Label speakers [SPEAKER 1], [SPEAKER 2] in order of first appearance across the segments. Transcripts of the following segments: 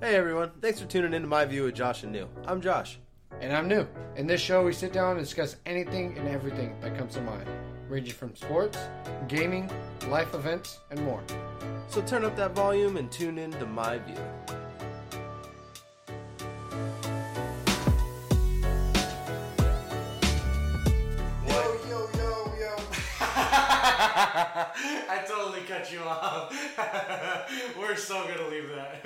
[SPEAKER 1] Hey everyone, thanks for tuning in to my view with Josh and Neil. I'm Josh.
[SPEAKER 2] And I'm new. In this show, we sit down and discuss anything and everything that comes to mind, ranging from sports, gaming, life events, and more.
[SPEAKER 1] So turn up that volume and tune in to my view.
[SPEAKER 3] Yo, yo, yo, yo. I totally cut you off. We're so gonna leave that.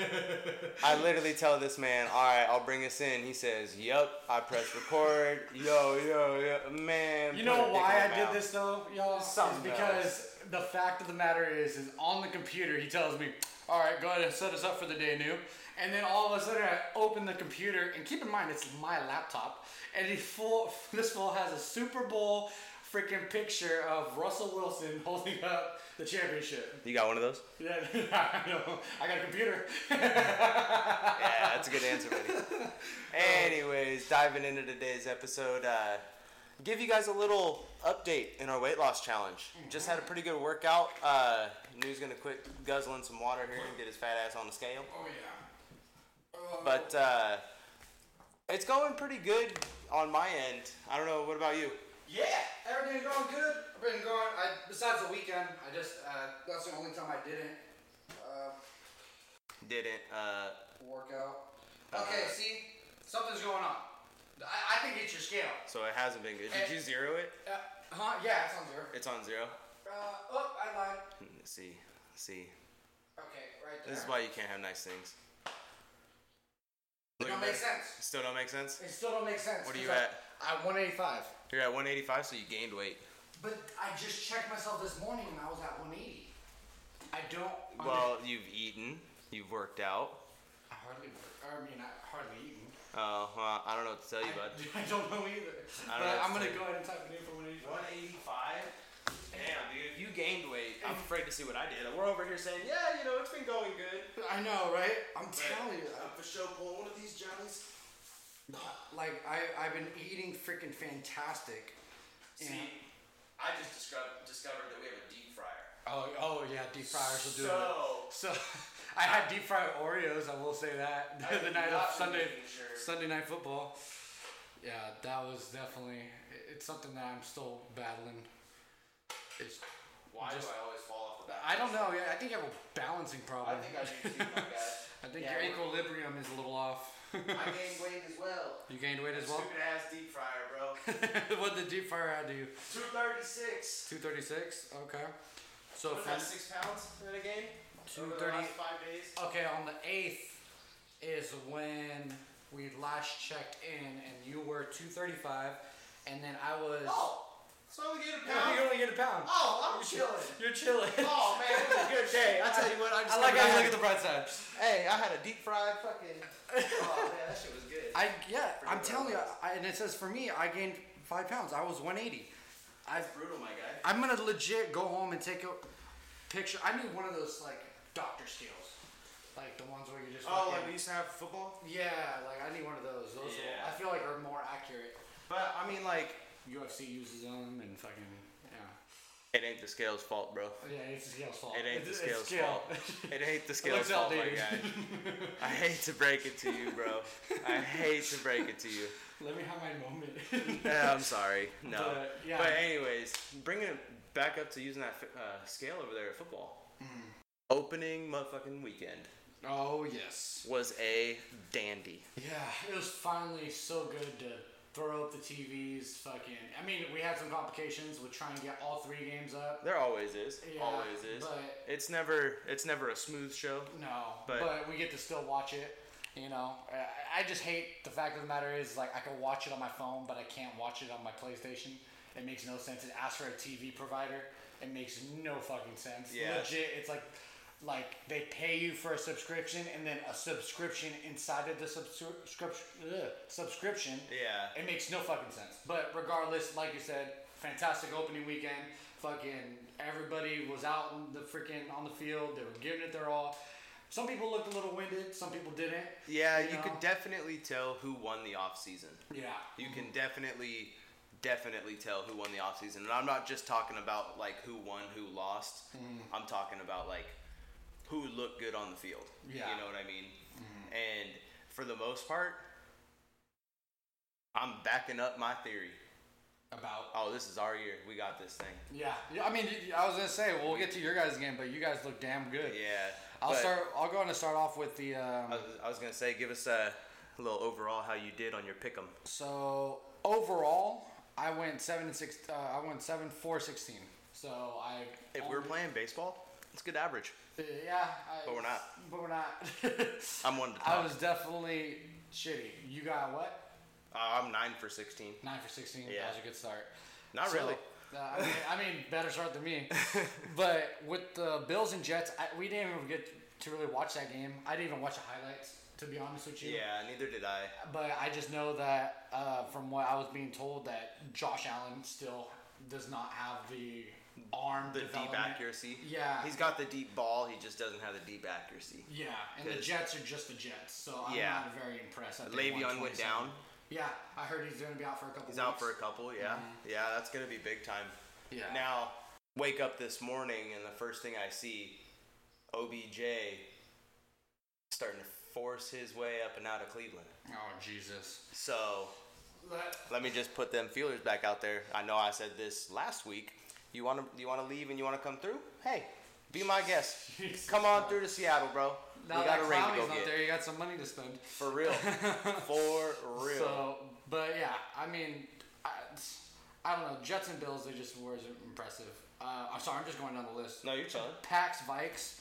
[SPEAKER 4] I literally tell this man, all right, I'll bring us in. He says, yep. I press record. yo, yo, yo, man.
[SPEAKER 3] you
[SPEAKER 4] put a
[SPEAKER 3] know
[SPEAKER 4] dick
[SPEAKER 3] why
[SPEAKER 4] in
[SPEAKER 3] I
[SPEAKER 4] my
[SPEAKER 3] did
[SPEAKER 4] mouth.
[SPEAKER 3] this though, y'all? Is
[SPEAKER 4] Something
[SPEAKER 3] because the fact of the matter is, is on the computer he tells me, all right, go ahead and set us up for the day, new. And then all of a sudden I open the computer and keep in mind it's my laptop, and he full this fool has a Super Bowl freaking picture of Russell Wilson holding up the championship.
[SPEAKER 4] You got one of those?
[SPEAKER 3] Yeah, I know. I got a computer.
[SPEAKER 4] Yeah, that's a good answer, buddy. Anyways, diving into today's episode, uh, give you guys a little update in our weight loss challenge. Just had a pretty good workout. Uh, New's gonna quit guzzling some water here and get his fat ass on the scale.
[SPEAKER 3] Oh yeah.
[SPEAKER 4] But uh, it's going pretty good on my end. I don't know. What about you?
[SPEAKER 2] Yeah, everything's going good. I've been going, I, besides the weekend, I just, uh, that's the only time I didn't uh,
[SPEAKER 4] Didn't. Uh,
[SPEAKER 2] work out. Okay, see, something's going on. I, I think it's your scale.
[SPEAKER 4] so it hasn't been good. Did you zero it?
[SPEAKER 2] Uh, huh? Yeah, it's on zero.
[SPEAKER 4] It's on zero.
[SPEAKER 2] Uh, oh, I lied.
[SPEAKER 4] Let's see. Let's see.
[SPEAKER 2] Okay, right there.
[SPEAKER 4] This is why you can't have nice things.
[SPEAKER 2] It
[SPEAKER 4] Look
[SPEAKER 2] don't
[SPEAKER 4] at
[SPEAKER 2] make
[SPEAKER 4] that.
[SPEAKER 2] sense.
[SPEAKER 4] Still don't make sense.
[SPEAKER 2] It still don't make sense.
[SPEAKER 4] What are
[SPEAKER 2] 'cause
[SPEAKER 4] you
[SPEAKER 2] I-
[SPEAKER 4] at?
[SPEAKER 2] I'm 185.
[SPEAKER 4] You're at 185, so you gained weight.
[SPEAKER 2] But I just checked myself this morning and I was at 180. I don't. I mean,
[SPEAKER 4] Well, you've eaten, you've worked out.
[SPEAKER 2] I hardly work. I mean, I hardly eaten.
[SPEAKER 4] Uh, well, I don't know what to tell you, bud.
[SPEAKER 3] I don't know either.
[SPEAKER 4] I don't
[SPEAKER 3] but
[SPEAKER 4] know.
[SPEAKER 3] I'm gonna go ahead and type it in for when it-
[SPEAKER 4] 185? Damn, dude, if you gained weight, I'm afraid to see what I did. We're over here saying, yeah, you know, it's been going good.
[SPEAKER 2] I know, right? I'm telling you. I-
[SPEAKER 4] for sure pulling one of these johnnies.
[SPEAKER 2] Like I, I've been eating freaking fantastic.
[SPEAKER 4] See,
[SPEAKER 2] Yeah.
[SPEAKER 4] I just discovered, discovered that we have a deep fryer.
[SPEAKER 3] Oh, oh yeah, deep fryers will do
[SPEAKER 4] So-
[SPEAKER 3] it. So, I had deep fried Oreos. I will say that
[SPEAKER 4] I
[SPEAKER 3] the
[SPEAKER 4] would
[SPEAKER 3] night
[SPEAKER 4] not
[SPEAKER 3] of
[SPEAKER 4] be
[SPEAKER 3] Sunday,
[SPEAKER 4] making sure.
[SPEAKER 3] Sunday night football. Yeah, that was definitely. it- It's something that I'm still battling. It's.
[SPEAKER 4] Why
[SPEAKER 3] Just-
[SPEAKER 4] do I always fall off the back?
[SPEAKER 3] I don't know. Yeah, I think I have a balancing problem.
[SPEAKER 4] I think I do too, my guy.
[SPEAKER 3] I think
[SPEAKER 4] Yeah,
[SPEAKER 3] your
[SPEAKER 4] we're-
[SPEAKER 3] equilibrium is a little off.
[SPEAKER 4] I gained weight as well.
[SPEAKER 3] you gained weight as well.
[SPEAKER 4] Stupid ass deep fryer, bro.
[SPEAKER 3] what did the deep fryer I do?
[SPEAKER 4] 236.
[SPEAKER 3] 236. Okay. So
[SPEAKER 4] What's
[SPEAKER 3] from
[SPEAKER 4] that, six pounds that I gained? Over the
[SPEAKER 3] 230
[SPEAKER 4] last five days?
[SPEAKER 3] okay on the eighth is when we last checked in, and you were 235, and then I was.
[SPEAKER 4] Oh, so I only gained a
[SPEAKER 3] Yeah,
[SPEAKER 4] pound.
[SPEAKER 3] you only get a pound.
[SPEAKER 4] Oh, I'm chilling.
[SPEAKER 3] You're chilling.
[SPEAKER 4] Oh man, it was a good day. I tell you what, I just
[SPEAKER 3] I like how you
[SPEAKER 4] had-
[SPEAKER 3] look at the bright side.
[SPEAKER 4] Hey, I had a deep fried fucking. Oh man, that shit was good.
[SPEAKER 3] I yeah, I'm
[SPEAKER 4] what
[SPEAKER 3] telling
[SPEAKER 4] it
[SPEAKER 3] you, I, and it says for me, I gained five pounds. I was 180. I've
[SPEAKER 4] brutal, my guy.
[SPEAKER 3] I'm gonna legit go home and take a picture. I need one of those like doctor scales, like the ones where you just.
[SPEAKER 4] Oh,
[SPEAKER 3] fucking-
[SPEAKER 4] like we used to have football,
[SPEAKER 3] yeah, like I need one of those. Those will-
[SPEAKER 4] Yeah.
[SPEAKER 3] I feel like are more accurate.
[SPEAKER 4] but I mean like.
[SPEAKER 3] UFC uses them and fucking yeah.
[SPEAKER 4] It ain't the scales' fault, bro.
[SPEAKER 3] Yeah, it's the scale's fault.
[SPEAKER 4] It ain't the
[SPEAKER 3] It's-
[SPEAKER 4] scales'
[SPEAKER 3] it's scale.
[SPEAKER 4] fault. It ain't the scales'
[SPEAKER 3] looks
[SPEAKER 4] fault, my
[SPEAKER 3] outdated.
[SPEAKER 4] guy. I hate to break it to you, bro. I hate to break it to you.
[SPEAKER 3] Let me have my moment.
[SPEAKER 4] Eh, I'm sorry. No.
[SPEAKER 3] But,
[SPEAKER 4] But,
[SPEAKER 3] yeah.
[SPEAKER 4] anyways, bringing it back up to using that fi- uh, scale over there at football. Opening motherfucking weekend
[SPEAKER 3] oh yes.
[SPEAKER 4] was a dandy.
[SPEAKER 3] Yeah, it was finally so good to throw up the TVs. Fucking, I mean, we had some complications with trying to get all three games up.
[SPEAKER 4] There always is.
[SPEAKER 3] Yeah,
[SPEAKER 4] always is.
[SPEAKER 3] but-
[SPEAKER 4] It's never it's never a smooth show.
[SPEAKER 3] No, but,
[SPEAKER 4] But-
[SPEAKER 3] we get to still watch it. You know, I, I just hate the fact of the matter is like I can watch it on my phone, but I can't watch it on my PlayStation. It makes no sense. It asks for a TV provider. It makes no fucking sense.
[SPEAKER 4] Yeah.
[SPEAKER 3] Legit, it's like like they pay you for a subscription and then a subscription inside of the subscription subscription.
[SPEAKER 4] Yeah.
[SPEAKER 3] It makes no fucking sense. But regardless, like you said, fantastic opening weekend. Fucking everybody was out in the freaking on the field. They were giving it their all. Some people looked a little winded. Some people didn't.
[SPEAKER 4] Yeah, you,
[SPEAKER 3] know?
[SPEAKER 4] could definitely tell who won the off season.
[SPEAKER 3] yeah.
[SPEAKER 4] You can definitely definitely tell who won the off
[SPEAKER 3] Mm-hmm.
[SPEAKER 4] season. And I'm not just talking about like who won, who lost. I'm talking about like who looked good on the field.
[SPEAKER 3] Yeah. Mm-hmm.
[SPEAKER 4] You know what I mean? And for the most part, I'm backing up my theory.
[SPEAKER 3] About.
[SPEAKER 4] Oh, this is our year. We got this thing.
[SPEAKER 3] Yeah. yeah. I mean, y- I was gonna say we'll get to your guys' game, but you guys look damn good.
[SPEAKER 4] Yeah.
[SPEAKER 3] I'll
[SPEAKER 4] but Uh,
[SPEAKER 3] start. I'll go on and start off with the. Um,
[SPEAKER 4] I was, I was gonna say, give us a little overall how you did on your pick'em.
[SPEAKER 3] so overall, I went seven and six. Uh, I went seven four sixteen. So I.
[SPEAKER 4] If
[SPEAKER 3] Um,
[SPEAKER 4] we're playing baseball, it's good average.
[SPEAKER 3] Yeah. I,
[SPEAKER 4] But we're not.
[SPEAKER 3] But we're not.
[SPEAKER 4] I'm one to
[SPEAKER 3] I
[SPEAKER 4] top.
[SPEAKER 3] was definitely shitty. You got what?
[SPEAKER 4] Uh, I'm nine for sixteen.
[SPEAKER 3] Nine for 16.
[SPEAKER 4] Yeah.
[SPEAKER 3] That was a good start.
[SPEAKER 4] Not
[SPEAKER 3] So,
[SPEAKER 4] really.
[SPEAKER 3] uh, I, mean, I mean, better start than me. but with the Bills and Jets, I, we didn't even get to really watch that game. I didn't even watch the highlights, to be honest with you.
[SPEAKER 5] Uh,
[SPEAKER 4] Yeah, neither did I.
[SPEAKER 3] But I just know that uh, from what I was being told, that Josh Allen still does not have the arm
[SPEAKER 4] The deep
[SPEAKER 3] development.
[SPEAKER 4] accuracy.
[SPEAKER 3] Yeah.
[SPEAKER 4] He's got the deep ball. He just doesn't have the deep accuracy.
[SPEAKER 3] Yeah, and the
[SPEAKER 4] Good.
[SPEAKER 3] Jets are just the Jets, so I'm
[SPEAKER 4] Yeah.
[SPEAKER 3] not very impressed. I think
[SPEAKER 4] Le'Veon went
[SPEAKER 3] 127.
[SPEAKER 4] down.
[SPEAKER 3] Yeah, I heard he's going to be out for a couple.
[SPEAKER 4] He's out
[SPEAKER 3] weeks.
[SPEAKER 4] for a couple. Yeah. Yeah, that's gonna be big time.
[SPEAKER 3] Mm-hmm. Yeah.
[SPEAKER 4] Now, wake up this morning and the first thing I see, OBJ starting to force his way up and out of Cleveland.
[SPEAKER 3] Oh Jesus!
[SPEAKER 4] So
[SPEAKER 3] Let-
[SPEAKER 4] let me just put them feelers back out there. I know I said this last week. You want to you want to leave and you want to come through? Hey, be my guest.
[SPEAKER 3] Jesus
[SPEAKER 4] come on through to Seattle, bro.
[SPEAKER 3] Now
[SPEAKER 4] we
[SPEAKER 3] that
[SPEAKER 4] got a ring to
[SPEAKER 3] Clowney's
[SPEAKER 4] go
[SPEAKER 3] not
[SPEAKER 4] get.
[SPEAKER 3] there, you got some money to spend.
[SPEAKER 4] For real. For real.
[SPEAKER 3] So, but yeah, I mean, I, I don't know. Jets and Bills, they just were impressive. Uh, I'm sorry, I'm just going down the list.
[SPEAKER 4] no, you're chilling.
[SPEAKER 3] Packs, Vikes.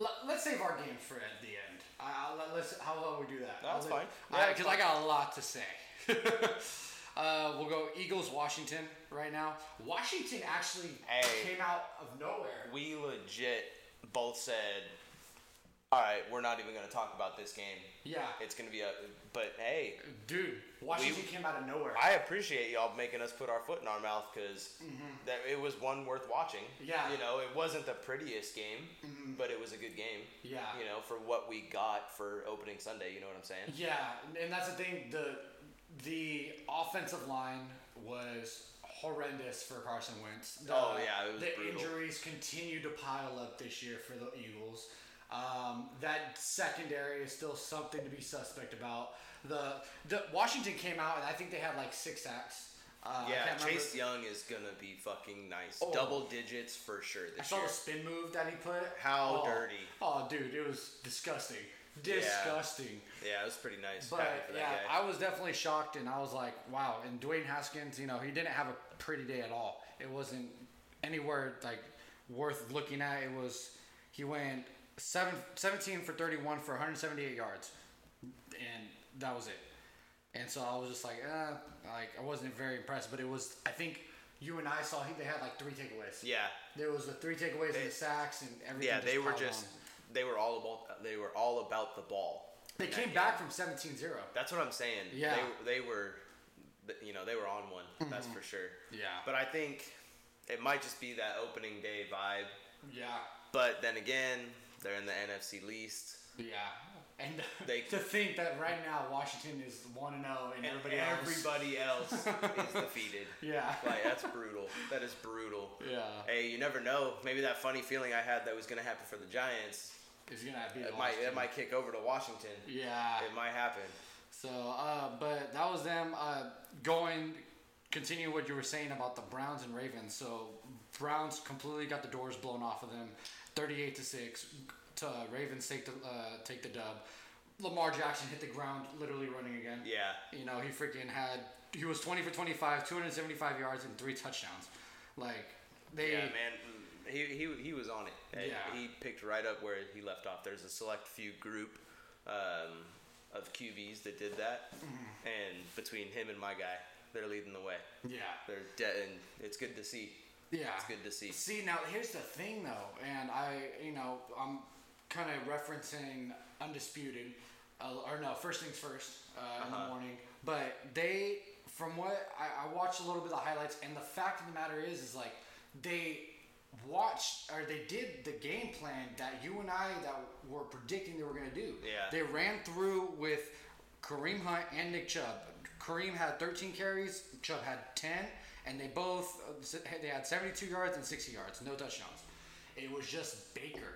[SPEAKER 3] Let, let's save our game for at the end. I, I, let, let's how about we do that?
[SPEAKER 4] No, that's
[SPEAKER 3] I'll let-
[SPEAKER 4] fine.
[SPEAKER 3] I-
[SPEAKER 4] Yeah, that's
[SPEAKER 3] 'cause I got a lot to say. uh, we'll go Eagles, Washington right now. Washington actually
[SPEAKER 4] Hey.
[SPEAKER 3] came out of nowhere.
[SPEAKER 4] We legit both said, all right, we're not even going to talk about this game.
[SPEAKER 3] Yeah,
[SPEAKER 4] It's going to be a. But hey,
[SPEAKER 3] dude, Washington came out of nowhere.
[SPEAKER 4] I appreciate y'all making us put our foot in our mouth because that it was one worth watching.
[SPEAKER 3] Mm-hmm. Yeah. Mm-hmm.
[SPEAKER 4] You know, it wasn't the prettiest game, but it was a good game.
[SPEAKER 3] Yeah.
[SPEAKER 4] You know, for what we got for opening Sunday, you know what I'm saying?
[SPEAKER 3] Yeah, and that's the thing. The the offensive line was horrendous for Carson Wentz. The,
[SPEAKER 4] Oh, yeah, it was
[SPEAKER 3] the
[SPEAKER 4] brutal.
[SPEAKER 3] injuries continue to pile up this year for the Eagles. Um, that secondary is still something to be suspect about. The the Washington came out and I think they had like six sacks. Uh, I
[SPEAKER 4] Yeah,
[SPEAKER 3] can't remember-
[SPEAKER 4] Chase Young is gonna be fucking nice.
[SPEAKER 3] Oh.
[SPEAKER 4] Double digits for sure
[SPEAKER 3] I
[SPEAKER 4] this
[SPEAKER 3] saw
[SPEAKER 4] year.
[SPEAKER 3] the spin move that he put.
[SPEAKER 4] How
[SPEAKER 3] Oh.
[SPEAKER 4] dirty.
[SPEAKER 3] Oh, dude, it was disgusting. Disgusting.
[SPEAKER 4] Yeah, it was pretty nice. Happy
[SPEAKER 3] But
[SPEAKER 4] for that
[SPEAKER 3] yeah,
[SPEAKER 4] guy.
[SPEAKER 3] I was definitely shocked, and I was like, "Wow!" And Dwayne Haskins, you know, he didn't have a pretty day at all. It wasn't anywhere like worth looking at. It was he went seven, 17 for thirty-one for one hundred seventy-eight yards, and that was it. And so I was just like, eh, like I wasn't very impressed. But it was, I think you and I saw he, they had like three takeaways.
[SPEAKER 4] yeah,
[SPEAKER 3] There was the three takeaways and the sacks and everything.
[SPEAKER 4] yeah, they were
[SPEAKER 3] piled
[SPEAKER 4] just
[SPEAKER 3] on.
[SPEAKER 4] they were all about they were all about the ball.
[SPEAKER 3] They
[SPEAKER 4] in that
[SPEAKER 3] came
[SPEAKER 4] game.
[SPEAKER 3] back from 17-0.
[SPEAKER 4] That's what I'm saying.
[SPEAKER 3] Yeah. Mm-hmm.
[SPEAKER 4] they, they were, th- you know, they were on one. That's for sure.
[SPEAKER 3] Yeah.
[SPEAKER 4] But I think it might just be that opening day vibe.
[SPEAKER 3] Yeah.
[SPEAKER 4] But then again, they're in the NFC least.
[SPEAKER 3] Yeah. And
[SPEAKER 4] They-
[SPEAKER 3] to think that right now Washington is 1 and 0 and
[SPEAKER 4] And
[SPEAKER 3] everybody, else.
[SPEAKER 4] everybody else is defeated.
[SPEAKER 3] Yeah.
[SPEAKER 4] Like eh, that's brutal. That is brutal.
[SPEAKER 3] Yeah.
[SPEAKER 4] Hey, you never know. Maybe that funny feeling I had that was gonna happen for the Giants,
[SPEAKER 3] is going to be
[SPEAKER 4] it might
[SPEAKER 3] Washington.
[SPEAKER 4] it might kick over to Washington.
[SPEAKER 3] Yeah.
[SPEAKER 4] It might happen.
[SPEAKER 3] So, uh, but that was them uh, going. Continue what you were saying about the Browns and Ravens. So Browns completely got the doors blown off of them, thirty-eight to six. To Ravens take the uh, take the dub. Lamar Jackson hit the ground, literally running again.
[SPEAKER 4] Yeah.
[SPEAKER 3] You know, he freaking had he was twenty for twenty-five, two hundred seventy-five yards and three touchdowns. Like they.
[SPEAKER 4] Yeah, man. He, he, he was on it. Uh,
[SPEAKER 3] Yeah.
[SPEAKER 4] He picked right up where he left off. There's a select few group um, of QBs that did that, and between him and my guy, they're leading the way.
[SPEAKER 3] Yeah.
[SPEAKER 4] They're de- and it's good to see.
[SPEAKER 3] Yeah.
[SPEAKER 4] It's good to see.
[SPEAKER 3] See, now here's the thing though, and I, you know, I'm kind of referencing Undisputed, uh, or no, First Things First uh, in the morning. But they, from what I, I watched a little bit of the highlights, and the fact of the matter is, is like they watched or they did the game plan that you and I that were predicting they were gonna do.
[SPEAKER 4] Yeah.
[SPEAKER 3] They ran through with Kareem Hunt and Nick Chubb. Kareem had 13 carries, Chubb had 10, and they both uh, s- they had 72 yards and 60 yards, no touchdowns. It was just Baker.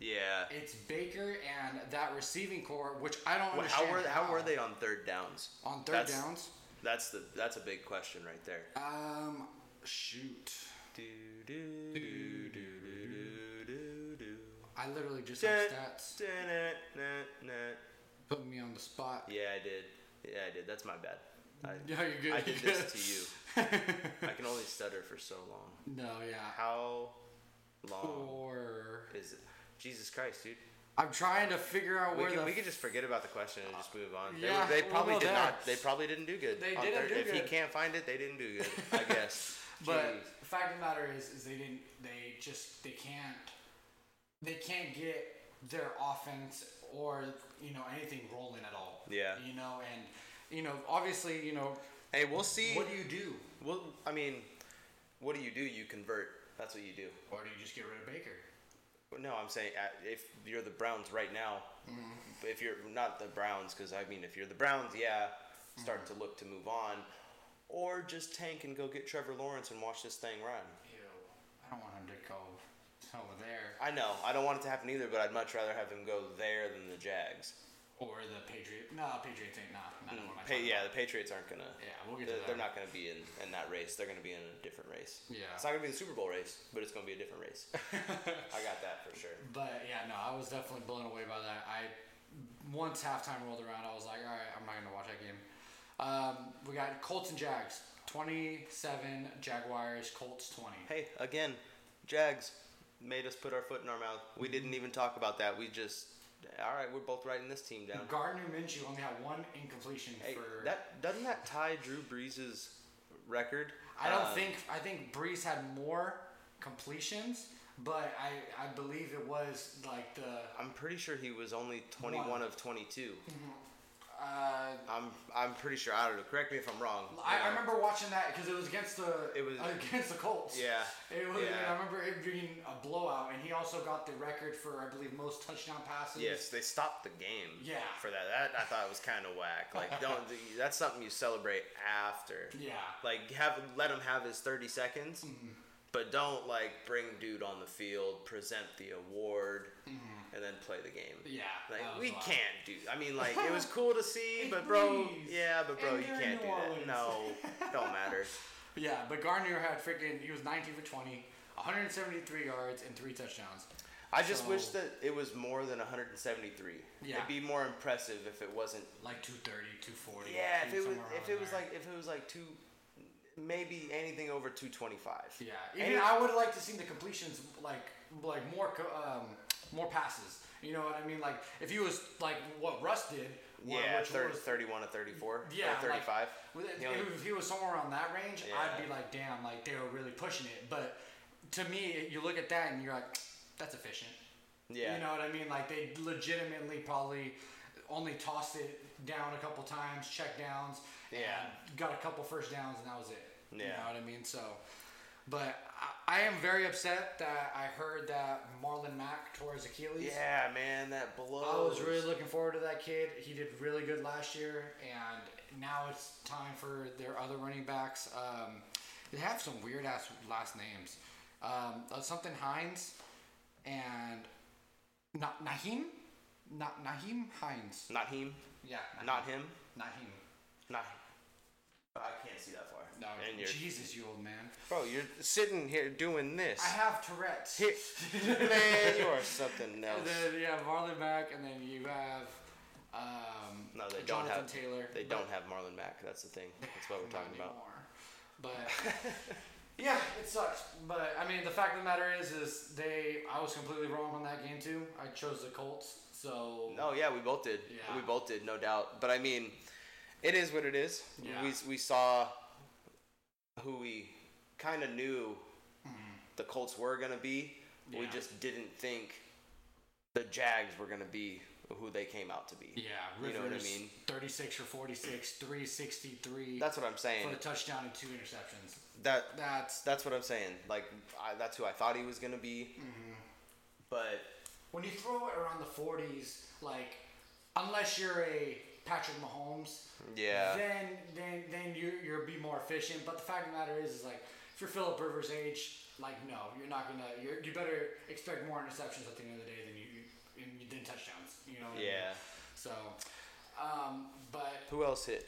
[SPEAKER 5] Yeah.
[SPEAKER 3] It's Baker and that receiving core, which I don't
[SPEAKER 5] Well, how
[SPEAKER 3] understand.
[SPEAKER 5] were how were they on third downs?
[SPEAKER 3] on third
[SPEAKER 5] That's-
[SPEAKER 3] downs?
[SPEAKER 5] That's the that's a big question right there.
[SPEAKER 3] Um, shoot. I literally just had stats putting me on the spot.
[SPEAKER 5] Yeah, I did. Yeah, I did. That's my bad. I,
[SPEAKER 3] Yeah, you're good,
[SPEAKER 5] I
[SPEAKER 3] you're
[SPEAKER 5] did
[SPEAKER 3] good.
[SPEAKER 5] this to you. I can only stutter for so long.
[SPEAKER 3] No, yeah.
[SPEAKER 5] How long
[SPEAKER 3] Or
[SPEAKER 5] is it? Jesus Christ, dude.
[SPEAKER 3] I'm trying to figure out
[SPEAKER 5] We
[SPEAKER 3] where
[SPEAKER 5] can,
[SPEAKER 3] the
[SPEAKER 5] we can just forget about the question and just move on. They-
[SPEAKER 3] Yeah,
[SPEAKER 5] they,
[SPEAKER 3] we'll
[SPEAKER 5] probably
[SPEAKER 3] go
[SPEAKER 5] did
[SPEAKER 3] there.
[SPEAKER 5] not. They probably didn't do good.
[SPEAKER 3] They
[SPEAKER 5] on
[SPEAKER 3] didn't
[SPEAKER 5] third-
[SPEAKER 3] do
[SPEAKER 5] if
[SPEAKER 3] good.
[SPEAKER 5] he can't find it, they didn't do good. I guess.
[SPEAKER 3] But
[SPEAKER 5] Jeez.
[SPEAKER 3] the fact of the matter is, is they didn't. They just they can't. They can't get their offense or you know anything rolling at all.
[SPEAKER 5] Yeah.
[SPEAKER 3] You know, and you know, obviously, you know,
[SPEAKER 5] hey, we'll see.
[SPEAKER 3] what do you do?
[SPEAKER 5] Well, I mean, what do you do? You convert. That's what you do.
[SPEAKER 3] Or do you just get rid of Baker?
[SPEAKER 5] But No, I'm saying uh, if you're the Browns right now,
[SPEAKER 4] Mm-hmm.
[SPEAKER 5] if you're not the Browns, because I mean, if you're the Browns, yeah, start
[SPEAKER 4] Mm-hmm.
[SPEAKER 5] to look to move on, or just tank and go get Trevor Lawrence and watch this thing run.
[SPEAKER 3] Ew. I don't want him to go over there
[SPEAKER 5] I know I don't want it to happen either, but I'd much rather have him go there than the Jags.
[SPEAKER 3] or the Patriot. No, Patriots ain't. Nah, not mm,
[SPEAKER 5] Pa- yeah, the Patriots aren't gonna.
[SPEAKER 3] Yeah, we'll get to
[SPEAKER 5] they're,
[SPEAKER 3] that.
[SPEAKER 5] they're not gonna be in, in that race. They're gonna be in a different race.
[SPEAKER 3] Yeah.
[SPEAKER 5] It's not gonna be the Super Bowl race, but it's gonna be a different race. I got that for sure.
[SPEAKER 3] But yeah, no, I was definitely blown away by that. I once halftime rolled around, I was like, all right, I'm not gonna watch that game. Um, we got Colts and Jags, 27 Jaguars, Colts 20.
[SPEAKER 5] Hey, again, Jags made us put our foot in our mouth. We
[SPEAKER 3] Mm-hmm.
[SPEAKER 5] didn't even talk about that. We just, all right, we're both writing this team down.
[SPEAKER 3] Gardner Minshew only had one incompletion
[SPEAKER 5] Hey,
[SPEAKER 3] for.
[SPEAKER 5] that doesn't that tie Drew Brees's record?
[SPEAKER 3] I don't
[SPEAKER 5] Um,
[SPEAKER 3] think I think Breeze had more completions, but I I believe it was like the
[SPEAKER 5] I'm pretty sure he was only 21
[SPEAKER 3] One. Mm-hmm.
[SPEAKER 5] of 22.
[SPEAKER 3] uh,
[SPEAKER 5] I'm I'm pretty sure. I don't know. Correct me if I'm wrong. Uh,
[SPEAKER 3] I,
[SPEAKER 5] Yeah.
[SPEAKER 3] I remember watching that because it was against the
[SPEAKER 5] It was-
[SPEAKER 3] against the Colts.
[SPEAKER 5] Yeah,
[SPEAKER 3] It was.
[SPEAKER 5] yeah.
[SPEAKER 3] I remember it being a blowout, and he also got the record for I believe most touchdown passes.
[SPEAKER 5] Yes, they stopped the game.
[SPEAKER 3] Yeah.
[SPEAKER 5] For that, that I thought was kind of whack. Like, don't. that's something you celebrate after.
[SPEAKER 3] Yeah. Mm-hmm.
[SPEAKER 5] Like, have let him have his thirty seconds, but don't like bring dude on the field, present the award, and then play the game.
[SPEAKER 3] Mm-hmm. Yeah, that
[SPEAKER 5] Like
[SPEAKER 3] was
[SPEAKER 5] we
[SPEAKER 3] wild.
[SPEAKER 5] can't do. I mean, like it was cool to see, but bro,
[SPEAKER 3] Please.
[SPEAKER 5] yeah, but bro,
[SPEAKER 3] And
[SPEAKER 5] you
[SPEAKER 3] you're in
[SPEAKER 5] can't do
[SPEAKER 3] New Orleans.
[SPEAKER 5] that. No, don't matter.
[SPEAKER 3] Yeah, but Garnier had freaking. He was 19 for 20, 173 yards and three touchdowns.
[SPEAKER 5] I just
[SPEAKER 3] So-
[SPEAKER 5] wish that it was more than 173.
[SPEAKER 3] Yeah.
[SPEAKER 5] It'd be more impressive if it wasn't
[SPEAKER 3] Like 230, 240. somewhere
[SPEAKER 5] Yeah, if it was
[SPEAKER 3] around
[SPEAKER 5] if it was
[SPEAKER 3] there.
[SPEAKER 5] like if it was like two, maybe anything over two twenty five.
[SPEAKER 3] Yeah, even I would like to see the completions like like more co- um, more passes. You know what I mean? Like if he was like what Russ did. wh-
[SPEAKER 5] yeah,
[SPEAKER 3] which
[SPEAKER 5] thir-
[SPEAKER 3] was-
[SPEAKER 5] thirty-one to thirty-four.
[SPEAKER 3] Yeah,
[SPEAKER 5] or thirty-five.
[SPEAKER 3] Like, with-
[SPEAKER 5] You know,
[SPEAKER 3] if he was somewhere around that range, I'd
[SPEAKER 5] Yeah.
[SPEAKER 3] be like, damn, like they were really pushing it. But to me, you look at that and you're like, that's efficient.
[SPEAKER 5] yeah,
[SPEAKER 3] You know what I mean? Like they legitimately probably only tossed it down a couple times, check downs,
[SPEAKER 5] Yeah.
[SPEAKER 3] and got a couple first downs, and that was it. You
[SPEAKER 5] Yeah.
[SPEAKER 3] know what I mean? So, but I, I am very upset that I heard that Marlon Mack tore his Achilles.
[SPEAKER 5] yeah, man, that blows.
[SPEAKER 3] I was really looking forward to that kid. He did really good last year, and now it's time for their other running backs. Um, they have some weird ass last names. Um, uh, something Hines and Na- Nahim? Na- Nahim Hines.
[SPEAKER 5] not him,
[SPEAKER 3] Yeah.
[SPEAKER 5] not him,
[SPEAKER 3] Nahim.
[SPEAKER 5] not. I can't see that far.
[SPEAKER 3] No,
[SPEAKER 5] and you're,
[SPEAKER 3] Jesus, you old man.
[SPEAKER 5] bro, you're sitting here doing this.
[SPEAKER 3] I have Tourette's.
[SPEAKER 5] Here- man, you are something
[SPEAKER 3] And
[SPEAKER 5] else.
[SPEAKER 3] then you have Marlon Mack, and then you have um,
[SPEAKER 5] No, they don't
[SPEAKER 3] Jonathan
[SPEAKER 5] have
[SPEAKER 3] Taylor.
[SPEAKER 5] They
[SPEAKER 3] but-
[SPEAKER 5] don't have Marlon Mack. That's the thing. That's what we're talking about.
[SPEAKER 3] But yeah, it sucks. But I mean, the fact of the matter is, is they. I was completely wrong on that game too. I chose the Colts, so
[SPEAKER 5] No, Oh, yeah, we both did.
[SPEAKER 3] Yeah.
[SPEAKER 5] We both did, no doubt. But I mean, it is what it is.
[SPEAKER 3] Yeah.
[SPEAKER 5] We we saw who we kind of knew the Colts were gonna be. We
[SPEAKER 3] Mm-hmm. Yeah.
[SPEAKER 5] just didn't think the Jags were gonna be who they came out to be.
[SPEAKER 3] yeah,
[SPEAKER 5] you
[SPEAKER 3] Rivers,
[SPEAKER 5] know what I mean.
[SPEAKER 3] Thirty-six for forty-six, three sixty-three
[SPEAKER 5] That's what I'm saying.
[SPEAKER 3] for a touchdown and two interceptions.
[SPEAKER 5] that
[SPEAKER 3] That's
[SPEAKER 5] that's what I'm saying. Like I, that's who I thought he was gonna be.
[SPEAKER 3] Mm-hmm.
[SPEAKER 5] But
[SPEAKER 3] when you throw it around the forties, like unless you're a Patrick Mahomes,
[SPEAKER 5] yeah,
[SPEAKER 3] then then then you you'll be more efficient. But the fact of the matter is, is like if you're Philip Rivers' age, like no, you're not gonna. You're, you better expect more interceptions at the end of the day than you getting touchdowns. You know. what I mean?
[SPEAKER 5] Yeah.
[SPEAKER 3] So, um, but
[SPEAKER 5] Who else hit?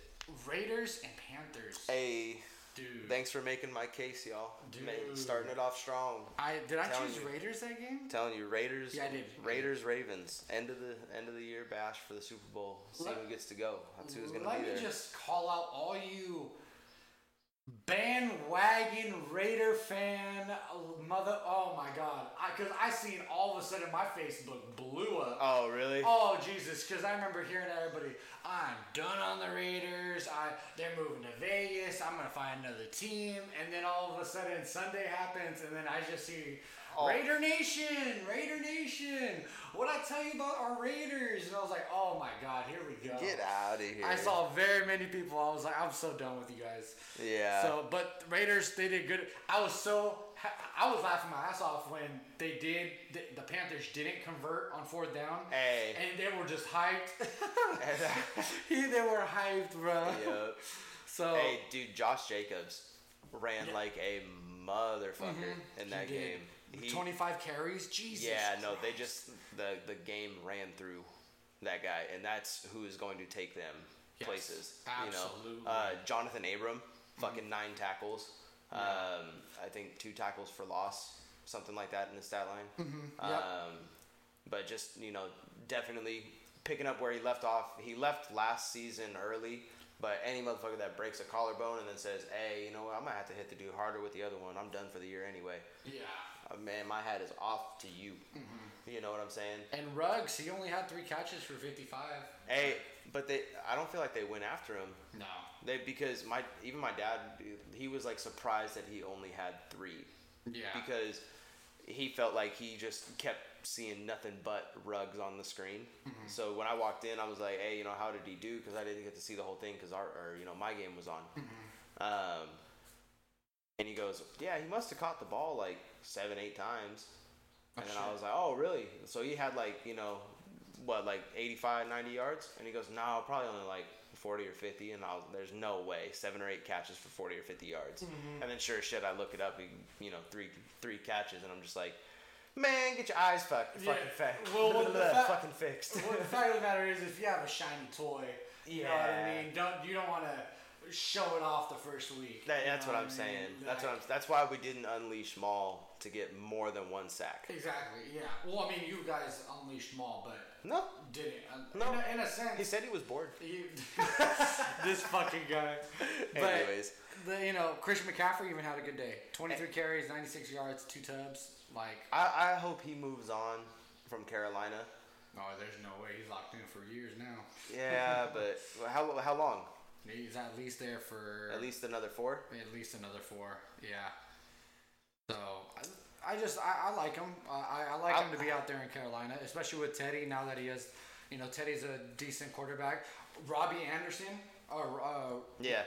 [SPEAKER 3] Raiders and Panthers,
[SPEAKER 5] Hey,
[SPEAKER 3] dude.
[SPEAKER 5] thanks for making my case, y'all. Ma-
[SPEAKER 3] Dude.
[SPEAKER 5] starting it off strong.
[SPEAKER 3] I did I
[SPEAKER 5] Telling
[SPEAKER 3] choose
[SPEAKER 5] you.
[SPEAKER 3] Raiders that game?
[SPEAKER 5] telling you, Raiders.
[SPEAKER 3] Yeah, I did. I did.
[SPEAKER 5] Raiders, Ravens. End of the end of the year bash for the Super Bowl. See
[SPEAKER 3] Let-
[SPEAKER 5] who gets to go. That's who's gonna
[SPEAKER 3] Let
[SPEAKER 5] be there.
[SPEAKER 3] me just call out all you bandwagon Raider fan mother. Oh my God! Because I, seen all of a sudden my Facebook blew up.
[SPEAKER 5] oh really?
[SPEAKER 3] Oh Jesus! Because I remember hearing everybody, "I'm done on the Raiders. I they're moving to Vegas. I'm gonna find another team." And then all of a sudden Sunday happens, and then I just see
[SPEAKER 5] Oh.
[SPEAKER 3] Raider Nation, Raider Nation. What I tell you about our Raiders? And I was like, "Oh my God, here we go."
[SPEAKER 5] Get out of here.
[SPEAKER 3] I saw very many people. I was like, "I'm so done with you guys."
[SPEAKER 5] Yeah.
[SPEAKER 3] So, but Raiders, they did good. I was so, I was laughing my ass off when they did. The, the Panthers didn't convert on fourth down.
[SPEAKER 5] Hey.
[SPEAKER 3] And they were just hyped. they were hyped, bro.
[SPEAKER 5] Yup.
[SPEAKER 3] So
[SPEAKER 5] Hey, dude, Josh Jacobs ran
[SPEAKER 3] Yeah. Mm-hmm.
[SPEAKER 5] like a motherfucker in that
[SPEAKER 3] he did.
[SPEAKER 5] game. He-
[SPEAKER 3] 25 carries. Jesus.
[SPEAKER 5] Yeah, no, they
[SPEAKER 3] Christ.
[SPEAKER 5] just the the game ran through that guy, and that's who is going to take them
[SPEAKER 3] Yes,
[SPEAKER 5] places. You
[SPEAKER 3] absolutely. Mm-hmm.
[SPEAKER 5] know, uh, Jonathan Abram, fucking nine tackles. Um, I think two tackles for loss, something like that in the stat line.
[SPEAKER 3] Yep.
[SPEAKER 5] Um, but just you know, definitely picking up where he left off. He left last season early. But any motherfucker that breaks a collarbone and then says, "Hey, you know what? I'm gonna have to hit the dude harder with the other one. I'm done for the year anyway."
[SPEAKER 3] Yeah.
[SPEAKER 5] Uh, man, my hat is off to you. You know what I'm saying?
[SPEAKER 3] And Ruggs, he only had three catches for 55.
[SPEAKER 5] Hey, but they, I don't feel like they went after him.
[SPEAKER 3] No.
[SPEAKER 5] They because my even my dad, he was like surprised that he only had three
[SPEAKER 3] Yeah.
[SPEAKER 5] because he felt like he just kept seeing nothing but rugs on the screen. So when I walked in, I was like, hey, you know, how did he do? Because I didn't get to see the whole thing because our, or, you know, my game was on. Um, and he goes, yeah, he must have caught the ball like seven, eight times.
[SPEAKER 3] Oh,
[SPEAKER 5] And then
[SPEAKER 3] shit.
[SPEAKER 5] I was like, oh, really? So he had like, you know, what, like 85, 90 yards? And he goes, no, probably only like 40 or 50. And I was, there's no way. Seven or eight catches for 40 or 50 yards.
[SPEAKER 3] Mm-hmm.
[SPEAKER 5] And then sure as shit, I look it up, he- you know, three three catches. And I'm just like, man, get your eyes fuck,
[SPEAKER 3] Yeah.
[SPEAKER 5] fucking, fixed.
[SPEAKER 3] Well, well, the fa-
[SPEAKER 5] fucking fixed.
[SPEAKER 3] well, the fact of the matter is, if you have a shiny toy, you know what I
[SPEAKER 5] Yeah.
[SPEAKER 3] mean. Don't you don't want to show it off the first week.
[SPEAKER 5] That,
[SPEAKER 3] you
[SPEAKER 5] that's
[SPEAKER 3] know
[SPEAKER 5] what I'm
[SPEAKER 3] I mean?
[SPEAKER 5] saying. That's what I'm,
[SPEAKER 3] Like-
[SPEAKER 5] That's why we didn't unleash Maul to get more than one sack.
[SPEAKER 3] Exactly. Yeah. Well, I mean, you guys unleashed Maul, but
[SPEAKER 5] No,
[SPEAKER 3] didn't. Uh,
[SPEAKER 5] No.
[SPEAKER 3] In a, in a
[SPEAKER 5] he
[SPEAKER 3] sense.
[SPEAKER 5] said he was bored.
[SPEAKER 3] you- this fucking guy. But
[SPEAKER 5] Anyways. Eh.
[SPEAKER 3] the, you know, Christian McCaffrey even had a good day. 23 carries, 96 yards, two tubs. Like,
[SPEAKER 5] I, I hope he moves on from Carolina.
[SPEAKER 3] no, oh, there's no way he's locked in for years now.
[SPEAKER 5] Yeah, but how how long?
[SPEAKER 3] He's at least there for
[SPEAKER 5] At least another four.
[SPEAKER 3] at least another four. Yeah. So I, I just I, I like him. I, I- I like him to be out there in Carolina, especially with Teddy. Now that he has, you know, Teddy's a decent quarterback. Robbie Anderson. Or, uh,
[SPEAKER 5] Yeah.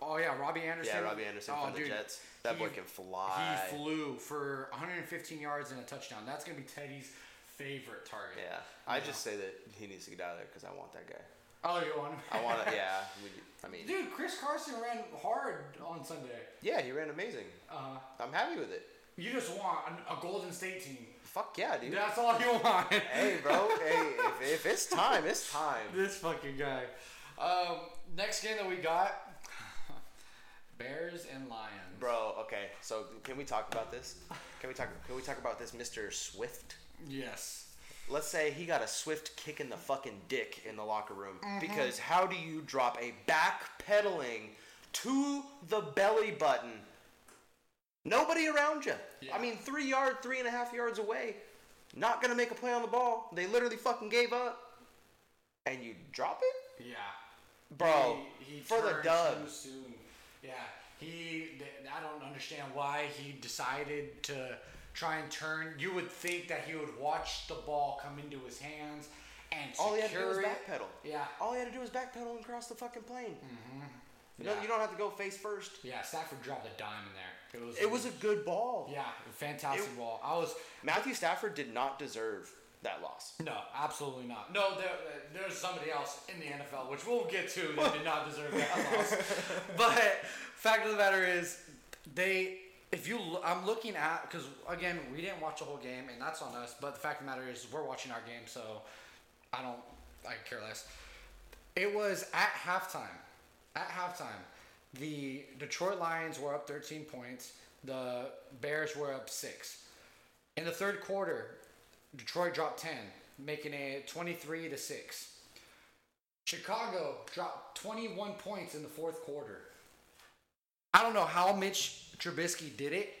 [SPEAKER 3] Oh yeah, Robbie Anderson.
[SPEAKER 5] Yeah, Robbie Anderson
[SPEAKER 3] Oh,
[SPEAKER 5] from the
[SPEAKER 3] dude,
[SPEAKER 5] Jets. That boy
[SPEAKER 3] he-
[SPEAKER 5] can fly.
[SPEAKER 3] He flew for 115 yards and a touchdown. That's gonna be Teddy's favorite target.
[SPEAKER 5] yeah, I just say that he needs to get out of there because I want that guy.
[SPEAKER 3] Oh, you want him?
[SPEAKER 5] I want to. yeah, we, I mean,
[SPEAKER 3] Dude, Chris Carson ran hard on Sunday.
[SPEAKER 5] yeah, he ran amazing.
[SPEAKER 3] Uh,
[SPEAKER 5] I'm happy with it.
[SPEAKER 3] you just want a, a Golden State team.
[SPEAKER 5] Fuck yeah, dude.
[SPEAKER 3] That's all you want.
[SPEAKER 5] Hey, bro. hey, if, if it's time, it's time.
[SPEAKER 3] This fucking guy. Um, next game that we got Bears and Lions.
[SPEAKER 5] Bro, okay. So can we talk about this? Can we talk? Can we talk about this, Mister Swift?
[SPEAKER 3] Yes.
[SPEAKER 5] Let's say he got a swift kick in the fucking dick in the locker room. Because how do you drop a back pedaling to the belly button? Nobody around you.
[SPEAKER 3] Yeah.
[SPEAKER 5] I mean, three yard, three and a half yards away. Not gonna make a play on the ball. They literally fucking gave up. And you drop it,
[SPEAKER 3] Yeah.
[SPEAKER 5] bro,
[SPEAKER 3] He, he
[SPEAKER 5] Oh, for the
[SPEAKER 3] turned
[SPEAKER 5] dub.
[SPEAKER 3] Too soon. Yeah. He. th- I don't understand why he decided to try and turn. You would think that he would watch the ball come into his hands and secure
[SPEAKER 5] All he had to do was
[SPEAKER 3] it.
[SPEAKER 5] backpedal.
[SPEAKER 3] Yeah. Mm-hmm.
[SPEAKER 5] All he had to do was backpedal and cross the fucking plane. You, don't,
[SPEAKER 3] Yeah.
[SPEAKER 5] you don't have to go face first.
[SPEAKER 3] Yeah. Stafford dropped a dime in there. It was.
[SPEAKER 5] It was a good ball.
[SPEAKER 3] Yeah. Fantastic ball. I was.
[SPEAKER 5] Matthew Stafford did not deserve that loss.
[SPEAKER 3] No, absolutely not. No, there, there's somebody else in the NFL, which we'll get to, that did not deserve that loss. But fact of the matter is, they. If you, lo- I'm looking at because again, we didn't watch the whole game, and that's on us. But the fact of the matter is, we're watching our game, so I don't. I could care less. It was at halftime. At halftime, the Detroit Lions were up 13 points. The Bears were up six. In the third quarter, Detroit dropped 10, making it 23 to six. Chicago dropped 21 points in the fourth quarter. I don't know how Mitch Trubisky did it,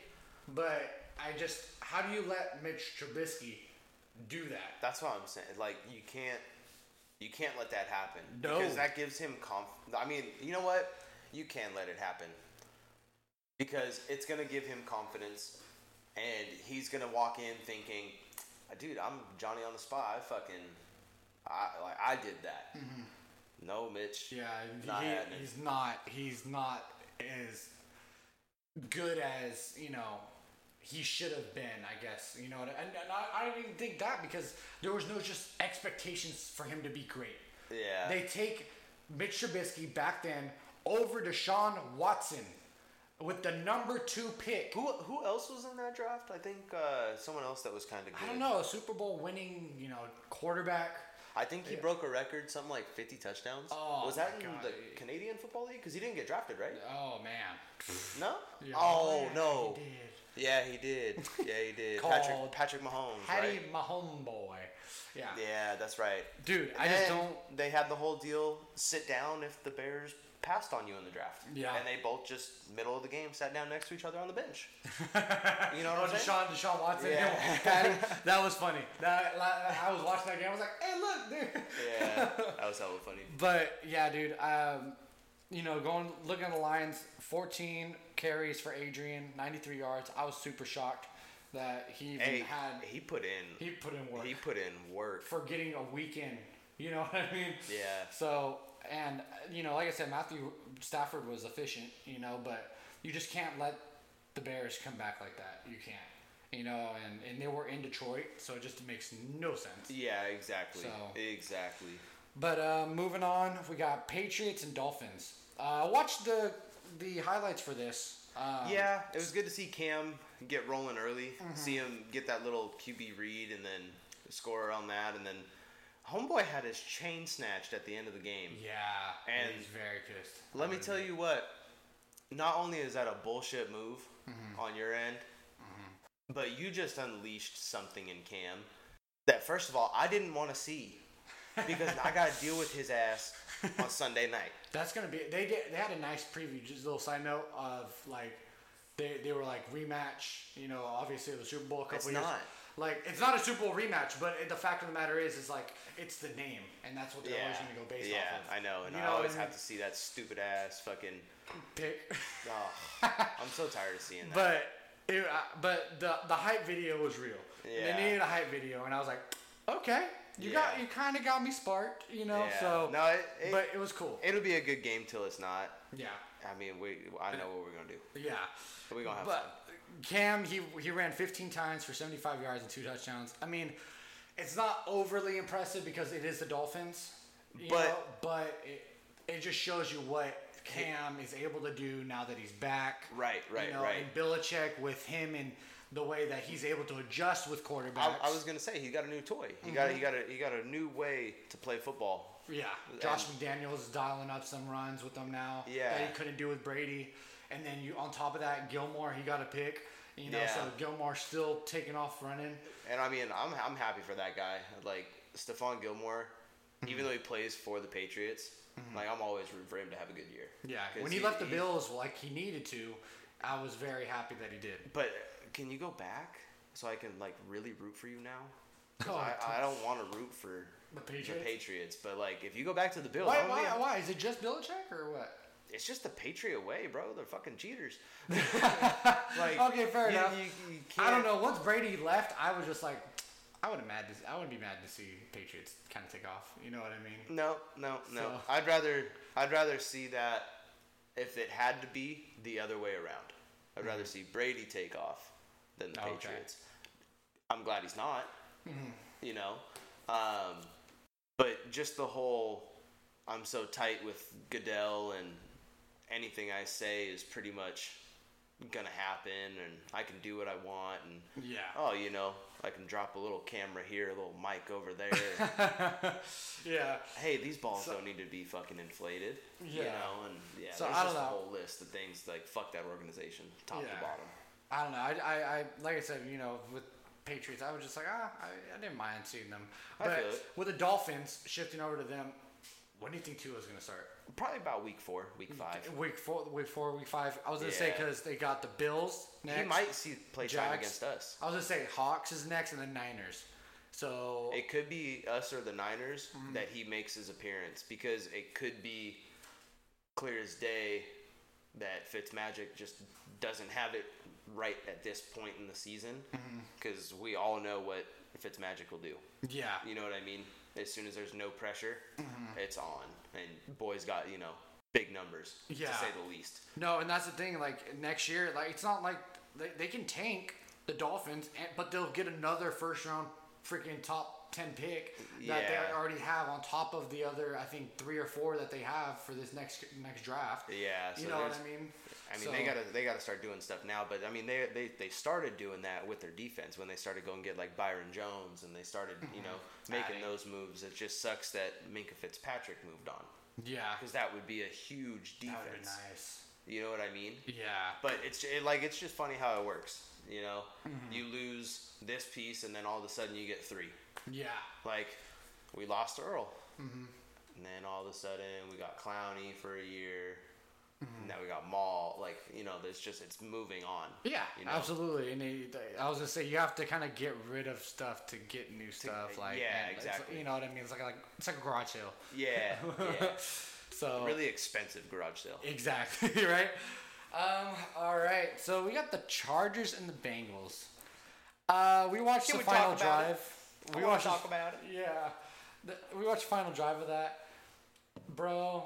[SPEAKER 3] but I just how do you let Mitch Trubisky do that?
[SPEAKER 5] That's what I'm saying. Like you can't, you can't let that happen.
[SPEAKER 3] No.
[SPEAKER 5] because that gives him conf. I mean, you know what? You can let it happen because it's gonna give him confidence, and he's gonna walk in thinking, "Dude, I'm Johnny on the spot. I fucking, I like I did that." No, Mitch.
[SPEAKER 3] Mm-hmm. Yeah,
[SPEAKER 5] Not
[SPEAKER 3] he,
[SPEAKER 5] happening.
[SPEAKER 3] he's not. He's not as good as you know he should have been. I guess you know. what I- And, and I, I didn't even think that because there was no just expectations for him to be great.
[SPEAKER 5] Yeah.
[SPEAKER 3] They take Mitch Trubisky back then over Deshaun Watson with the number two pick.
[SPEAKER 5] Who who else was in that draft? I think uh, someone else that was kind of good.
[SPEAKER 3] I don't know, a Super Bowl winning, you know, quarterback.
[SPEAKER 5] I think he broke a record, something like 50 touchdowns.
[SPEAKER 3] Oh,
[SPEAKER 5] was that
[SPEAKER 3] my
[SPEAKER 5] in
[SPEAKER 3] God.
[SPEAKER 5] the Canadian Football League? Because he didn't get drafted, right?
[SPEAKER 3] Oh man.
[SPEAKER 5] No.
[SPEAKER 3] Yeah.
[SPEAKER 5] Oh
[SPEAKER 3] Yeah,
[SPEAKER 5] no.
[SPEAKER 3] he did.
[SPEAKER 5] Yeah, he did. Yeah, he did. Patrick
[SPEAKER 3] Called
[SPEAKER 5] Patrick Mahomes.
[SPEAKER 3] Patty
[SPEAKER 5] right?
[SPEAKER 3] my homeboy. Yeah.
[SPEAKER 5] Yeah, that's right.
[SPEAKER 3] Dude, I just
[SPEAKER 5] And
[SPEAKER 3] don't
[SPEAKER 5] They had the whole deal. Sit down if the Bears passed on you in the draft.
[SPEAKER 3] Yeah.
[SPEAKER 5] And they both just middle of the game sat down next to each other on the bench. you know
[SPEAKER 3] Oh,
[SPEAKER 5] what I'm saying?
[SPEAKER 3] Deshaun, Deshaun Watson,
[SPEAKER 5] Yeah.
[SPEAKER 3] Patty. That was funny. That I was watching that game. I was like, "Hey, look, dude!"
[SPEAKER 5] Yeah, that was hella funny.
[SPEAKER 3] But yeah, dude. Um, you know, going looking at the Lions, 14 carries for Adrian, 93 yards. I was super shocked that he even
[SPEAKER 5] Hey,
[SPEAKER 3] had
[SPEAKER 5] he put in.
[SPEAKER 3] he put in work
[SPEAKER 5] He put in work.
[SPEAKER 3] for getting a weekend. You know what I mean?
[SPEAKER 5] Yeah.
[SPEAKER 3] So and uh, you know, like I said, Matthew Stafford was efficient. You know, but you just can't let the Bears come back like that. You can't. You know, and, and they were in Detroit, so it just makes no sense.
[SPEAKER 5] Yeah, exactly.
[SPEAKER 3] So-
[SPEAKER 5] Exactly.
[SPEAKER 3] But uh, moving on, we got Patriots and Dolphins. Uh, watch the the highlights for this. Um,
[SPEAKER 5] Yeah, it was good to see Cam get rolling early, see him get that little QB read, and then score on that, and then Homeboy had his chain snatched at the end of the game.
[SPEAKER 3] Yeah.
[SPEAKER 5] And-
[SPEAKER 3] he's very pissed.
[SPEAKER 5] Let me tell you what. Not only is that a bullshit move on your end, but you just unleashed something in Cam that, first of all, I didn't want to see because I got to deal with his ass on Sunday night.
[SPEAKER 3] That's gonna be. They did. They had a nice preview. Just a little side note of like, they they were like rematch. You know, obviously the Super Bowl a couple
[SPEAKER 5] It's
[SPEAKER 3] years.
[SPEAKER 5] not.
[SPEAKER 3] Like it's not a Super Bowl rematch, but it, the fact of the matter is, is like it's the name, and that's what they're always gonna go based
[SPEAKER 5] yeah,
[SPEAKER 3] off of.
[SPEAKER 5] I know, and
[SPEAKER 3] You
[SPEAKER 5] I
[SPEAKER 3] what
[SPEAKER 5] always
[SPEAKER 3] mean?
[SPEAKER 5] have to see that stupid ass fucking.
[SPEAKER 3] pick.
[SPEAKER 5] Oh, I'm so tired of seeing that.
[SPEAKER 3] But it, uh, but the the hype video was real.
[SPEAKER 5] Yeah.
[SPEAKER 3] They needed a hype video, and I was like, okay, you got
[SPEAKER 5] Yeah.
[SPEAKER 3] you kind of got me sparked, you know.
[SPEAKER 5] Yeah.
[SPEAKER 3] So
[SPEAKER 5] No, it- it-
[SPEAKER 3] but it was cool.
[SPEAKER 5] It'll be a good game till it's not.
[SPEAKER 3] yeah,
[SPEAKER 5] I mean, we I know what we're gonna do.
[SPEAKER 3] yeah.
[SPEAKER 5] We're gonna have fun.
[SPEAKER 3] But Cam, he he ran 15 times for 75 yards and two touchdowns. I mean, it's not overly impressive because it is the Dolphins, you
[SPEAKER 5] But-
[SPEAKER 3] know, but it, it just shows you what. Cam is able to do now that he's back.
[SPEAKER 5] Right, right,
[SPEAKER 3] you know,
[SPEAKER 5] right.
[SPEAKER 3] And Belichick with him and the way that he's able to adjust with quarterbacks.
[SPEAKER 5] I, I was gonna say he got a new toy. He got
[SPEAKER 3] Mm-hmm.
[SPEAKER 5] he got a he got a new way to play football.
[SPEAKER 3] Yeah, Josh McDaniels is dialing up some runs with them now
[SPEAKER 5] Yeah.
[SPEAKER 3] that he couldn't do with Brady, and then you on top of that Gilmore he got a pick, you know, so
[SPEAKER 5] Yeah.
[SPEAKER 3] Gilmore's still taking off running.
[SPEAKER 5] And I mean, I'm I'm happy for that guy. Like Stephon Gilmore,
[SPEAKER 3] Mm-hmm.
[SPEAKER 5] even though he plays for the Patriots, like I'm always rooting for him to have a good year.
[SPEAKER 3] Yeah,
[SPEAKER 5] 'Cause
[SPEAKER 3] when he, left the
[SPEAKER 5] he-
[SPEAKER 3] Bills like he needed to, I was very happy that he did.
[SPEAKER 5] But can you go back so I can like really root for you now? 'Cause
[SPEAKER 3] Oh,
[SPEAKER 5] I, I don't want to root for
[SPEAKER 3] The Patriots?
[SPEAKER 5] Patriots, but like if you go back to the Bills, I
[SPEAKER 3] Why?
[SPEAKER 5] don't
[SPEAKER 3] Why?
[SPEAKER 5] think-
[SPEAKER 3] Why is it just Belichick or what?
[SPEAKER 5] it's just the Patriot way, bro. They're fucking cheaters. like
[SPEAKER 3] Okay, fair
[SPEAKER 5] you-
[SPEAKER 3] enough.
[SPEAKER 5] you- you
[SPEAKER 3] I don't
[SPEAKER 5] can't-
[SPEAKER 3] know. Once Brady left, I was just like, I would have mad. To, I would be mad to see Patriots kind of take off. You know what I mean?
[SPEAKER 5] No, no, no.
[SPEAKER 3] So-
[SPEAKER 5] I'd rather I'd rather see that if it had to be the other way around. I'd rather see Brady take off than the
[SPEAKER 3] Mm-hmm. Okay. Mm-hmm.
[SPEAKER 5] Patriots. I'm glad he's not. You know, um, but just the whole I'm so tight with Goodell and anything I say is pretty much gonna happen, and I can do what I want, and
[SPEAKER 3] Yeah.
[SPEAKER 5] oh, you know, I can drop a little camera here, a little mic over there.
[SPEAKER 3] yeah.
[SPEAKER 5] hey, these balls don't need to be fucking inflated. You
[SPEAKER 3] Yeah.
[SPEAKER 5] know, and yeah,
[SPEAKER 3] So,
[SPEAKER 5] there's
[SPEAKER 3] I
[SPEAKER 5] just
[SPEAKER 3] don't
[SPEAKER 5] a
[SPEAKER 3] know.
[SPEAKER 5] whole list of things like fuck that organization, top
[SPEAKER 3] Yeah.
[SPEAKER 5] to bottom.
[SPEAKER 3] I don't know. I, I, I, like I said, you know, with Patriots, I was just like, ah, I, I didn't mind seeing them.
[SPEAKER 5] I
[SPEAKER 3] But
[SPEAKER 5] feel it.
[SPEAKER 3] with the Dolphins shifting over to them, when do you think Tua's going to start?
[SPEAKER 5] Probably about week four,
[SPEAKER 3] Mm,
[SPEAKER 5] week five.
[SPEAKER 3] Week four, week four, week five. I was going to 'cause say
[SPEAKER 5] Yeah.
[SPEAKER 3] because they got the Bills next.
[SPEAKER 5] He might see play time
[SPEAKER 3] Jags.
[SPEAKER 5] against us.
[SPEAKER 3] I was going to say Hawks is next, and the Niners. So
[SPEAKER 5] It could be us or the Niners
[SPEAKER 3] Mm-hmm.
[SPEAKER 5] that he makes his appearance because it could be clear as day that Fitzmagic just doesn't have it right at this point in the season
[SPEAKER 3] Mm-hmm.
[SPEAKER 5] because we all know what Fitzmagic will do.
[SPEAKER 3] yeah,
[SPEAKER 5] You know what I mean? As soon as there's no pressure,
[SPEAKER 3] Mm-hmm.
[SPEAKER 5] it's on. And boys got, you know, big numbers, to
[SPEAKER 3] Yeah.
[SPEAKER 5] say the least.
[SPEAKER 3] no, and that's the thing. Like next year, like it's not like they, they can tank the Dolphins, and, but they'll get another first round freaking top ten pick that
[SPEAKER 5] Yeah.
[SPEAKER 3] they already have on top of the other. I think three or four that they have for this next next draft.
[SPEAKER 5] Yeah, so
[SPEAKER 3] you know what
[SPEAKER 5] there's-
[SPEAKER 3] I mean.
[SPEAKER 5] I mean,
[SPEAKER 3] So-
[SPEAKER 5] they gotta they gotta start doing stuff now. But I mean, they, they they started doing that with their defense when they started going get like Byron Jones and they started you know making
[SPEAKER 3] Adding.
[SPEAKER 5] those moves. It just sucks that Minka Fitzpatrick moved on
[SPEAKER 3] Yeah,
[SPEAKER 5] because that would be a huge defense.
[SPEAKER 3] that would be nice.
[SPEAKER 5] You know what I mean?
[SPEAKER 3] Yeah,
[SPEAKER 5] But it's it, like it's just funny how it works. You know,
[SPEAKER 3] Mm-hmm.
[SPEAKER 5] you lose this piece and then all of a sudden you get three.
[SPEAKER 3] yeah,
[SPEAKER 5] Like we lost Earl, and then all of a sudden we got Clowney for a year. and Now we got Maul. Like you know, there's just it's moving on.
[SPEAKER 3] yeah,
[SPEAKER 5] you know?
[SPEAKER 3] absolutely. And they, they- I was gonna say you have to kind of get rid of stuff to get new stuff. Like
[SPEAKER 5] yeah,
[SPEAKER 3] and it's-
[SPEAKER 5] exactly.
[SPEAKER 3] You know what I mean? It's like like it's like a garage sale.
[SPEAKER 5] Yeah, yeah.
[SPEAKER 3] So
[SPEAKER 5] really expensive garage sale.
[SPEAKER 3] Exactly, right? Um, all right. So we got the Chargers and the Bengals. Uh, we watched
[SPEAKER 5] Can
[SPEAKER 3] the
[SPEAKER 5] we
[SPEAKER 3] final
[SPEAKER 5] talk about
[SPEAKER 3] drive.
[SPEAKER 5] I wanna talk about it.
[SPEAKER 3] Yeah. The- we watched the final drive of that. Bro,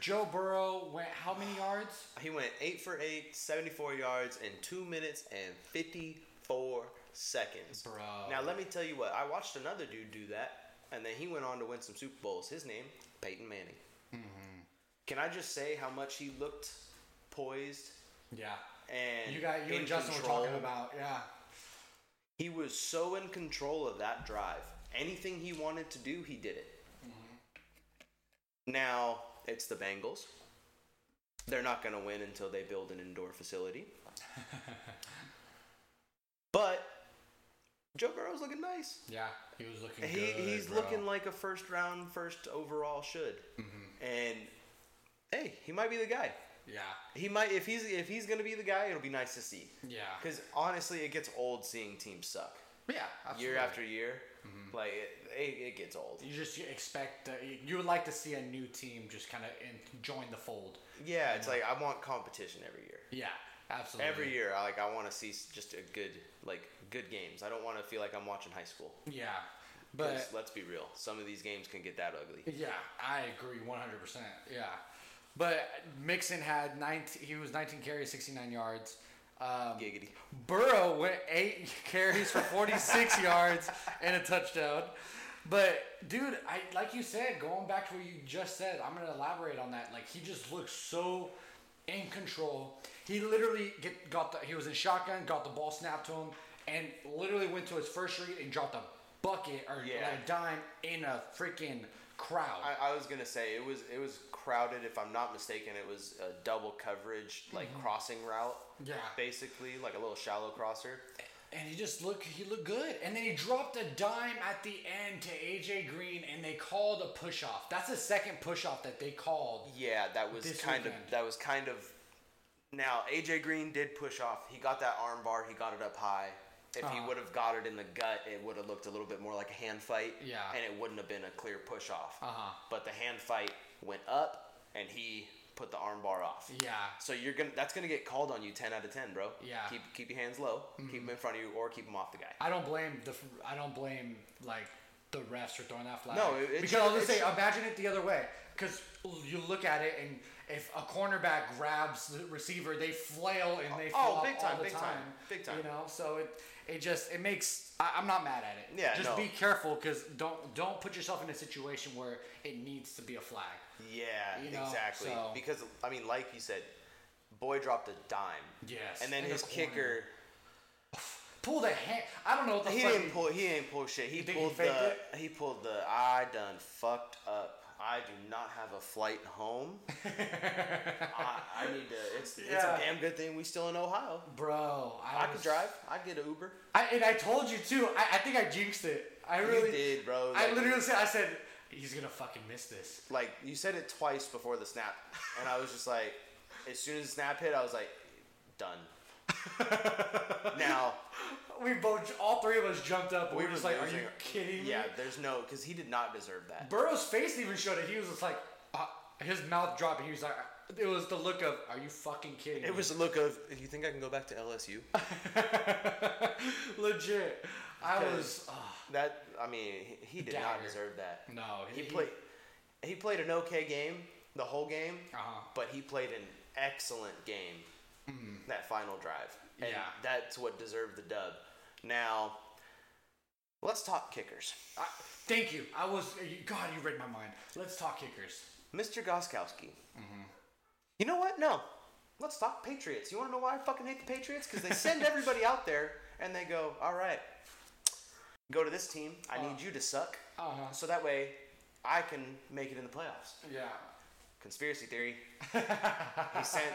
[SPEAKER 3] Joe Burrow went how many yards?
[SPEAKER 5] He went eight for eight, 74 yards in two minutes and 54 seconds.
[SPEAKER 3] Bro.
[SPEAKER 5] Now let me tell you what. I watched another dude do that, and then he went on to win some Super Bowls. His name, Peyton Manning. Can I just say how much he looked poised
[SPEAKER 3] Yeah.
[SPEAKER 5] and
[SPEAKER 3] You got you
[SPEAKER 5] in
[SPEAKER 3] and Justin
[SPEAKER 5] control.
[SPEAKER 3] were talking about, yeah.
[SPEAKER 5] He was so in control of that drive. Anything he wanted to do, he did it.
[SPEAKER 3] Mm-hmm.
[SPEAKER 5] Now, it's the Bengals. They're not going to win until they build an indoor facility. but Joe Burrow's looking nice.
[SPEAKER 3] Yeah. He was looking
[SPEAKER 5] He,
[SPEAKER 3] good,
[SPEAKER 5] he's
[SPEAKER 3] bro.
[SPEAKER 5] looking like a first round, first overall should.
[SPEAKER 3] Mm-hmm.
[SPEAKER 5] And hey, he might be the guy.
[SPEAKER 3] Yeah.
[SPEAKER 5] He might if he's if he's going to be the guy, it'll be nice to see.
[SPEAKER 3] Yeah.
[SPEAKER 5] Because honestly, it gets old seeing teams suck
[SPEAKER 3] Yeah.
[SPEAKER 5] year
[SPEAKER 3] absolutely. Mm-hmm.
[SPEAKER 5] after year. Like it, it, it gets old.
[SPEAKER 3] you just expect uh, you- you would like to see a new team just kind of join the fold.
[SPEAKER 5] Yeah, it's like I want competition every year.
[SPEAKER 3] Yeah, absolutely.
[SPEAKER 5] Every year, I like I want to see s- just a good like good games. I don't want to feel like I'm watching high school.
[SPEAKER 3] Yeah,
[SPEAKER 5] 'Cause
[SPEAKER 3] but
[SPEAKER 5] let's be real, some of these games can get that ugly.
[SPEAKER 3] yeah, I agree 100. percent Yeah, but Mixon had 19. He was 19 carries, 69 yards. Um,
[SPEAKER 5] Giggity.
[SPEAKER 3] Burrow went eight carries for 46 yards and a touchdown. But dude, I like you said, going back to what you just said, I'm gonna elaborate on that. Like he just looks so in control. He literally get, got the he was in shotgun, got the ball snapped to him, and literally went to his first read and dropped a bucket or
[SPEAKER 5] Yeah.
[SPEAKER 3] like a dime in a freaking crowd.
[SPEAKER 5] I, I was gonna say it was it was crowded. If I'm not mistaken, it was a double coverage like crossing route.
[SPEAKER 3] Mm-hmm. Yeah.
[SPEAKER 5] basically like a little shallow crosser.
[SPEAKER 3] And he just looked he looked good. And then he dropped a dime at the end to AJ Green and they called a push off. That's the second push off that they called.
[SPEAKER 5] Yeah, that was
[SPEAKER 3] This
[SPEAKER 5] kind of
[SPEAKER 3] weekend.
[SPEAKER 5] that was kind of. Now AJ Green did push off. He got that arm bar. He got it up high. If he
[SPEAKER 3] Uh-huh.
[SPEAKER 5] would have got it in the gut, it would have looked a little bit more like a hand fight.
[SPEAKER 3] Yeah.
[SPEAKER 5] and it wouldn't have been a clear push off.
[SPEAKER 3] Uh-huh.
[SPEAKER 5] But the hand fight went up, and he put the arm bar off.
[SPEAKER 3] Yeah.
[SPEAKER 5] So you're gonna that's gonna get called on you ten out of ten, bro.
[SPEAKER 3] Yeah. Mm-hmm.
[SPEAKER 5] Keep keep your hands low. Keep them in front of you, or keep them off the guy.
[SPEAKER 3] I don't blame the I don't blame like the refs for throwing that flag.
[SPEAKER 5] No, it- it
[SPEAKER 3] because
[SPEAKER 5] should-
[SPEAKER 3] I was
[SPEAKER 5] it
[SPEAKER 3] gonna say,
[SPEAKER 5] should-
[SPEAKER 3] imagine it the other way. Because you look at it, and if a cornerback grabs the receiver, they flail and they
[SPEAKER 5] Oh,
[SPEAKER 3] flop
[SPEAKER 5] big time,
[SPEAKER 3] all the
[SPEAKER 5] big time, big time.
[SPEAKER 3] You know, so it it just it makes I, I'm not mad at it.
[SPEAKER 5] Yeah,
[SPEAKER 3] just
[SPEAKER 5] no.
[SPEAKER 3] be careful because don't don't put yourself in a situation where it needs to be a flag.
[SPEAKER 5] Yeah,
[SPEAKER 3] You know,
[SPEAKER 5] exactly.
[SPEAKER 3] so-
[SPEAKER 5] Because I mean, like you said, boy dropped a dime.
[SPEAKER 3] Yes,
[SPEAKER 5] And then
[SPEAKER 3] and
[SPEAKER 5] his
[SPEAKER 3] a corner.
[SPEAKER 5] kicker,
[SPEAKER 3] Pulled a hand. I don't know what the
[SPEAKER 5] he
[SPEAKER 3] fuck.
[SPEAKER 5] didn't pull. He didn't pull shit. He
[SPEAKER 3] You think he
[SPEAKER 5] pulled
[SPEAKER 3] faked
[SPEAKER 5] the. He pulled the. I done fucked up. I do not have a flight home. I, I need to. It's, it's
[SPEAKER 3] Yeah.
[SPEAKER 5] a damn good thing we still in Ohio.
[SPEAKER 3] Bro,
[SPEAKER 5] I
[SPEAKER 3] was-
[SPEAKER 5] could drive. I'd get an Uber.
[SPEAKER 3] I, and I told you too. I, I think I jinxed it. I really
[SPEAKER 5] did, bro.
[SPEAKER 3] I
[SPEAKER 5] Like-
[SPEAKER 3] literally said, I said he's gonna fucking miss this.
[SPEAKER 5] Like you said it twice before the snap, and I was just like, as soon as the snap hit, I was like, done. now
[SPEAKER 3] We both, all three of us jumped up. and We,
[SPEAKER 5] we
[SPEAKER 3] were
[SPEAKER 5] were
[SPEAKER 3] just like, "Are
[SPEAKER 5] losing
[SPEAKER 3] you
[SPEAKER 5] our-
[SPEAKER 3] kidding me?"
[SPEAKER 5] Yeah, there's no because he did not deserve that.
[SPEAKER 3] Burrow's face even showed it. He was just like, uh, his mouth dropped. He was like, uh, it was the look of, "Are you fucking kidding?" me?"
[SPEAKER 5] It was the look of. You think I can go back to LSU?
[SPEAKER 3] legit. I
[SPEAKER 5] Because-
[SPEAKER 3] was. ah.
[SPEAKER 5] That I mean, he, he did not
[SPEAKER 3] Dagger.
[SPEAKER 5] deserve that.
[SPEAKER 3] No,
[SPEAKER 5] he,
[SPEAKER 3] he-
[SPEAKER 5] played. He played an okay game the whole game,
[SPEAKER 3] Uh-huh. Mm-hmm.
[SPEAKER 5] but he played an excellent game that final drive. And
[SPEAKER 3] Yeah.
[SPEAKER 5] that's what deserved the dub. Now, let's talk kickers.
[SPEAKER 3] I, thank you. I was. uh, you- God, you read my mind. Let's talk kickers.
[SPEAKER 5] Mr. Goskowski.
[SPEAKER 3] Mm-hmm.
[SPEAKER 5] You know what? No. Let's talk Patriots. You want to know why I fucking hate the Patriots? Because they send everybody out there and they go, all right, go to this team. I need you to suck.
[SPEAKER 3] Uh-huh.
[SPEAKER 5] So that way I can make it in the playoffs.
[SPEAKER 3] Yeah.
[SPEAKER 5] Conspiracy theory. he sent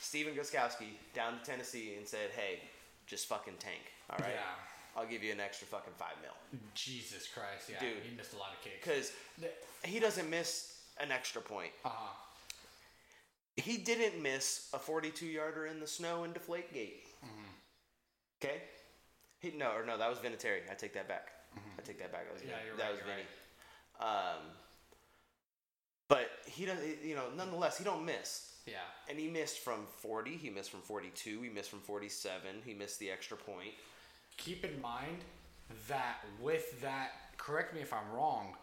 [SPEAKER 5] Steven Goskowski down to Tennessee and said, hey, just fucking tank. All right.
[SPEAKER 3] Yeah.
[SPEAKER 5] I'll give you an extra fucking five mil.
[SPEAKER 3] Jesus Christ. Yeah.
[SPEAKER 5] Dude.
[SPEAKER 3] He missed a lot of kicks.
[SPEAKER 5] Because he doesn't miss an extra point.
[SPEAKER 3] Uh huh.
[SPEAKER 5] he didn't miss a 42 yarder in the snow in Deflategate.
[SPEAKER 3] Mm-hmm.
[SPEAKER 5] Okay, he no or no that was Vinatieri. I take that back. I take that back. That was
[SPEAKER 3] Mm-hmm. Yeah,
[SPEAKER 5] Vin-
[SPEAKER 3] you're
[SPEAKER 5] that
[SPEAKER 3] right,
[SPEAKER 5] was
[SPEAKER 3] you're
[SPEAKER 5] Vinny. Um, but he doesn't. You know, nonetheless, he don't miss.
[SPEAKER 3] Yeah.
[SPEAKER 5] And he missed from 40. He missed from 42. He missed from 47. He missed the extra point.
[SPEAKER 3] keep in mind that with that, correct me if I'm wrong,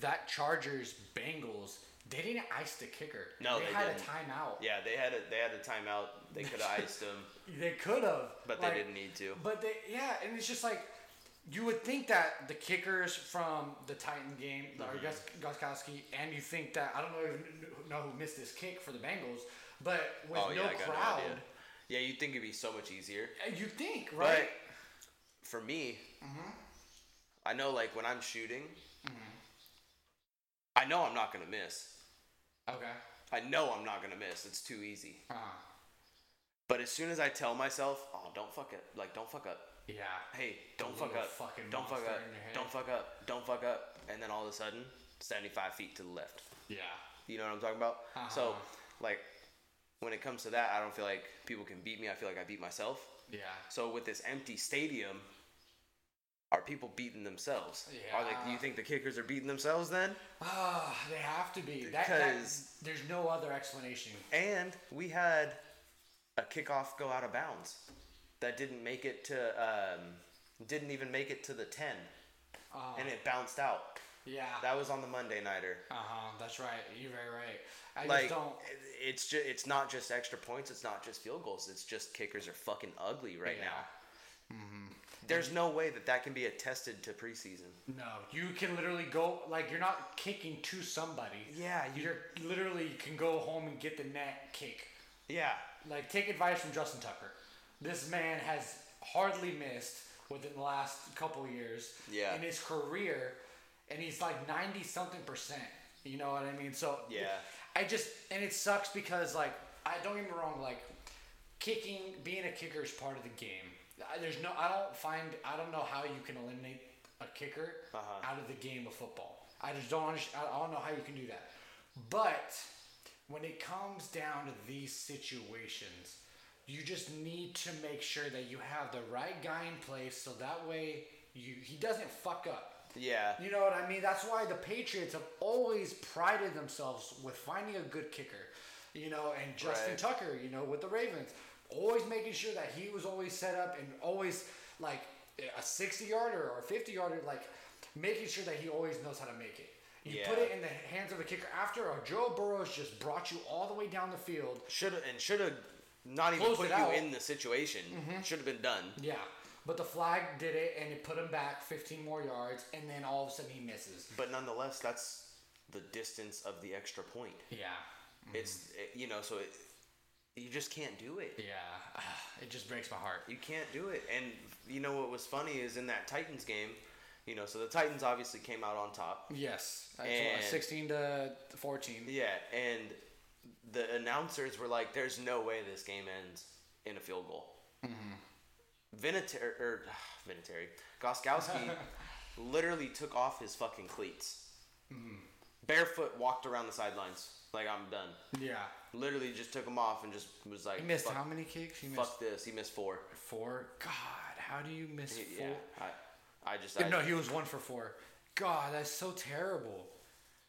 [SPEAKER 3] that Chargers Bengals, they didn't ice the kicker.
[SPEAKER 5] No, they
[SPEAKER 3] had
[SPEAKER 5] didn't.
[SPEAKER 3] a timeout.
[SPEAKER 5] Yeah, they had a they had a timeout. They could have iced him,
[SPEAKER 3] They could have,
[SPEAKER 5] but they didn't need to.
[SPEAKER 3] But they, yeah, and it's just like you would think that the kickers from the Titan game, the
[SPEAKER 5] Mm-hmm.
[SPEAKER 3] or Gus Goskowski, and you think that I don't know even know who missed this kick for the Bengals, but with
[SPEAKER 5] Oh
[SPEAKER 3] no
[SPEAKER 5] yeah, I got
[SPEAKER 3] crowd,
[SPEAKER 5] no idea. Yeah, you'd think it'd be so much easier.
[SPEAKER 3] you think
[SPEAKER 5] But
[SPEAKER 3] right? Mm-hmm.
[SPEAKER 5] for me, I know like when I'm shooting, I know I'm not gonna miss.
[SPEAKER 3] okay.
[SPEAKER 5] I know I'm not gonna miss. It's too easy.
[SPEAKER 3] Uh,
[SPEAKER 5] But as soon as I tell myself, "Oh, don't fuck it," like don't fuck up.
[SPEAKER 3] yeah.
[SPEAKER 5] Hey, don't
[SPEAKER 3] The
[SPEAKER 5] fuck
[SPEAKER 3] little
[SPEAKER 5] up.
[SPEAKER 3] fucking
[SPEAKER 5] Don't fuck
[SPEAKER 3] monster
[SPEAKER 5] up.
[SPEAKER 3] in your head.
[SPEAKER 5] Don't fuck up. Don't fuck up. And then all of a sudden, 75 feet to the left.
[SPEAKER 3] Yeah.
[SPEAKER 5] You know what I'm talking about? So,
[SPEAKER 3] Uh-huh.
[SPEAKER 5] like, when it comes to that, I don't feel like people can beat me. I feel like I beat myself.
[SPEAKER 3] Yeah.
[SPEAKER 5] So with this empty stadium, are people beating themselves? Are they, do you
[SPEAKER 3] Yeah.
[SPEAKER 5] think the kickers are beating themselves then?
[SPEAKER 3] Ah, they have to be. That, that-
[SPEAKER 5] Because-
[SPEAKER 3] there's no other explanation.
[SPEAKER 5] And we had a kickoff go out of bounds that didn't make it to um, didn't even make it to the ten,
[SPEAKER 3] Oh.
[SPEAKER 5] and it bounced out.
[SPEAKER 3] Yeah.
[SPEAKER 5] That was on the Monday nighter.
[SPEAKER 3] uh huh. That's right. You're very right. I
[SPEAKER 5] Like
[SPEAKER 3] just don't.
[SPEAKER 5] it- it's just it's not just extra points. It's not just field goals. It's just kickers are fucking ugly right
[SPEAKER 3] Yeah. Mm-hmm.
[SPEAKER 5] now. There's no way that that can be attested to preseason.
[SPEAKER 3] No, you can literally go like you're not kicking to somebody.
[SPEAKER 5] Yeah, you-
[SPEAKER 3] you're literally you can go home and get the net kick.
[SPEAKER 5] Yeah,
[SPEAKER 3] Like take advice from Justin Tucker. This man has hardly missed within the last couple years.
[SPEAKER 5] Yeah.
[SPEAKER 3] In his career, and he's like ninety something percent. You know what I mean? So
[SPEAKER 5] Yeah.
[SPEAKER 3] I just and it sucks because like I don't get me wrong like kicking being a kicker is part of the game. I, there's no I don't find I don't know how you can eliminate a kicker
[SPEAKER 5] Uh-huh.
[SPEAKER 3] out of the game of football. I just don't understand, I don't know how you can do that. But when it comes down to these situations, you just need to make sure that you have the right guy in place so that way you he doesn't fuck up.
[SPEAKER 5] yeah.
[SPEAKER 3] You know what I mean? That's why the Patriots have always prided themselves with finding a good kicker. You know, and Justin
[SPEAKER 5] Right.
[SPEAKER 3] Tucker, you know, with the Ravens, always making sure that he was always set up and always like a 60 yarder or a 50 yarder, like making sure that he always knows how to make it. You put
[SPEAKER 5] Yeah.
[SPEAKER 3] it in the hands of a kicker after a Joe Burrow's just brought you all the way down the field.
[SPEAKER 5] Should have and should have not even
[SPEAKER 3] Closed
[SPEAKER 5] put
[SPEAKER 3] it
[SPEAKER 5] you
[SPEAKER 3] out.
[SPEAKER 5] in the Mm-hmm. situation. Should have been done.
[SPEAKER 3] Yeah. But the flag did it and it put him back 15 more yards, and then all of a sudden he misses.
[SPEAKER 5] But nonetheless, that's the distance of the extra point.
[SPEAKER 3] Yeah.
[SPEAKER 5] It's it, you know so it, you just can't do it.
[SPEAKER 3] Yeah, it just breaks my heart.
[SPEAKER 5] You can't do it. And you know what was funny is in that Titans game, you know, so the Titans obviously came out on top.
[SPEAKER 3] Yes, that's
[SPEAKER 5] And-
[SPEAKER 3] what, 16 to 14.
[SPEAKER 5] Yeah, and the announcers were like, "There's no way this game ends in a field goal." Mm-hmm. Vinatieri, or Vinatieri, Goskowski literally took off his fucking cleats,
[SPEAKER 3] Mm-hmm.
[SPEAKER 5] barefoot, walked around the sidelines like I'm done.
[SPEAKER 3] Yeah,
[SPEAKER 5] Literally just took them off and just was like,
[SPEAKER 3] he missed
[SPEAKER 5] fuck,
[SPEAKER 3] how many kicks? He missed
[SPEAKER 5] fuck this. He missed four.
[SPEAKER 3] four. God, how do you miss
[SPEAKER 5] Yeah,
[SPEAKER 3] four?
[SPEAKER 5] I, I just I,
[SPEAKER 3] No, he was one for four. God, that's so terrible.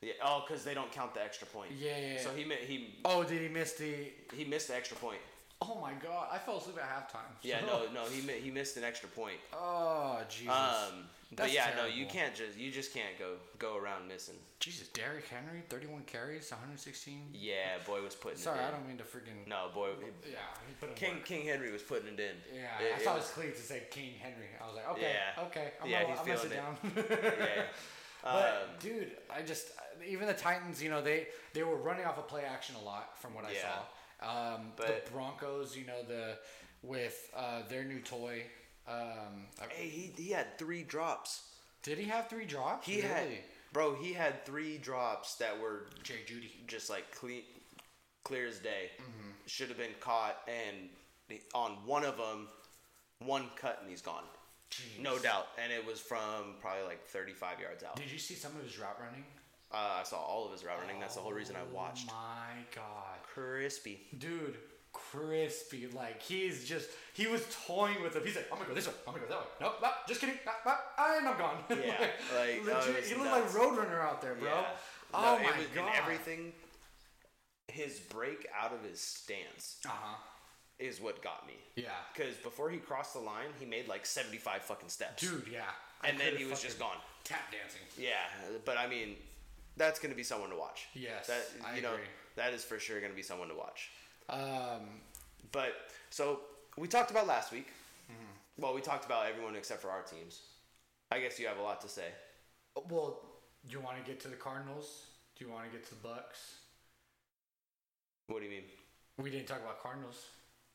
[SPEAKER 5] Yeah. Oh, because they don't count the extra point.
[SPEAKER 3] Yeah, yeah,
[SPEAKER 5] So
[SPEAKER 3] yeah.
[SPEAKER 5] he mi- he
[SPEAKER 3] Oh, did he miss the?
[SPEAKER 5] he missed the extra point.
[SPEAKER 3] Oh my God, I fell asleep at halftime.
[SPEAKER 5] Yeah. No. No. He mi- he missed an extra point.
[SPEAKER 3] Oh Jesus.
[SPEAKER 5] Um. But
[SPEAKER 3] That's
[SPEAKER 5] yeah. No. You
[SPEAKER 3] terrible.
[SPEAKER 5] can't just you just can't go go around missing.
[SPEAKER 3] Jesus, Derrick Henry, 31 carries, 116.
[SPEAKER 5] Yeah. Boy was putting.
[SPEAKER 3] Sorry,
[SPEAKER 5] it in.
[SPEAKER 3] I don't mean to freaking.
[SPEAKER 5] No. Boy.
[SPEAKER 3] Yeah, he put him.
[SPEAKER 5] King King Henry was putting it in.
[SPEAKER 3] Yeah,
[SPEAKER 5] It-
[SPEAKER 3] I
[SPEAKER 5] it
[SPEAKER 3] saw
[SPEAKER 5] was-
[SPEAKER 3] his cleats. It said King Henry. I was like, okay,
[SPEAKER 5] Yeah.
[SPEAKER 3] okay, I'm
[SPEAKER 5] Yeah,
[SPEAKER 3] gonna,
[SPEAKER 5] he's
[SPEAKER 3] I'm gonna sit
[SPEAKER 5] feeling
[SPEAKER 3] down.
[SPEAKER 5] yeah.
[SPEAKER 3] but
[SPEAKER 5] Um,
[SPEAKER 3] dude, I just even the Titans, you know, they they were running off of play action a lot from what I
[SPEAKER 5] Yeah.
[SPEAKER 3] saw. Um,
[SPEAKER 5] But-
[SPEAKER 3] the Broncos, you know, the with uh, their new toy. Um, uh,
[SPEAKER 5] hey, he he had three drops.
[SPEAKER 3] did he have three drops?
[SPEAKER 5] He had bro. He had three drops that were
[SPEAKER 3] Jay Judy.
[SPEAKER 5] just like clean, clear as day.
[SPEAKER 3] Mm-hmm.
[SPEAKER 5] Should have been caught, and the- on one of them, one cut and he's gone. No doubt, and it was from probably like 35 yards out.
[SPEAKER 3] Did you see some of his route running?
[SPEAKER 5] Uh, I saw all of his route running. That's the whole reason I watched.
[SPEAKER 3] Oh My God.
[SPEAKER 5] Crispy.
[SPEAKER 3] dude crispy like he's just he was toying with him he's like i'm gonna go this way i'm gonna go that way nope nope just kidding nope, nope, and i'm gone
[SPEAKER 5] Yeah, like,
[SPEAKER 3] legit,
[SPEAKER 5] oh, it was
[SPEAKER 3] he looked
[SPEAKER 5] nuts.
[SPEAKER 3] like roadrunner out there bro
[SPEAKER 5] Yeah.
[SPEAKER 3] oh
[SPEAKER 5] No, it
[SPEAKER 3] my
[SPEAKER 5] was- and
[SPEAKER 3] god
[SPEAKER 5] everything. His break out of his stance
[SPEAKER 3] uh-huh
[SPEAKER 5] is what got me.
[SPEAKER 3] yeah
[SPEAKER 5] Because before he crossed the line, he made like 75 fucking steps.
[SPEAKER 3] dude yeah I
[SPEAKER 5] and then
[SPEAKER 3] could've
[SPEAKER 5] he was
[SPEAKER 3] fucking
[SPEAKER 5] just gone.
[SPEAKER 3] tap dancing
[SPEAKER 5] Yeah, but I mean, that's going to be someone to watch.
[SPEAKER 3] Yes,
[SPEAKER 5] that,
[SPEAKER 3] I
[SPEAKER 5] you know,
[SPEAKER 3] agree.
[SPEAKER 5] that is for sure going to be someone to watch.
[SPEAKER 3] um
[SPEAKER 5] But so we talked about last week.
[SPEAKER 3] Mm-hmm.
[SPEAKER 5] Well, we talked about everyone except for our teams. I guess you have a lot to say.
[SPEAKER 3] well do you want to get to the cardinals do you want to get to the bucks
[SPEAKER 5] What do you mean?
[SPEAKER 3] we didn't talk about cardinals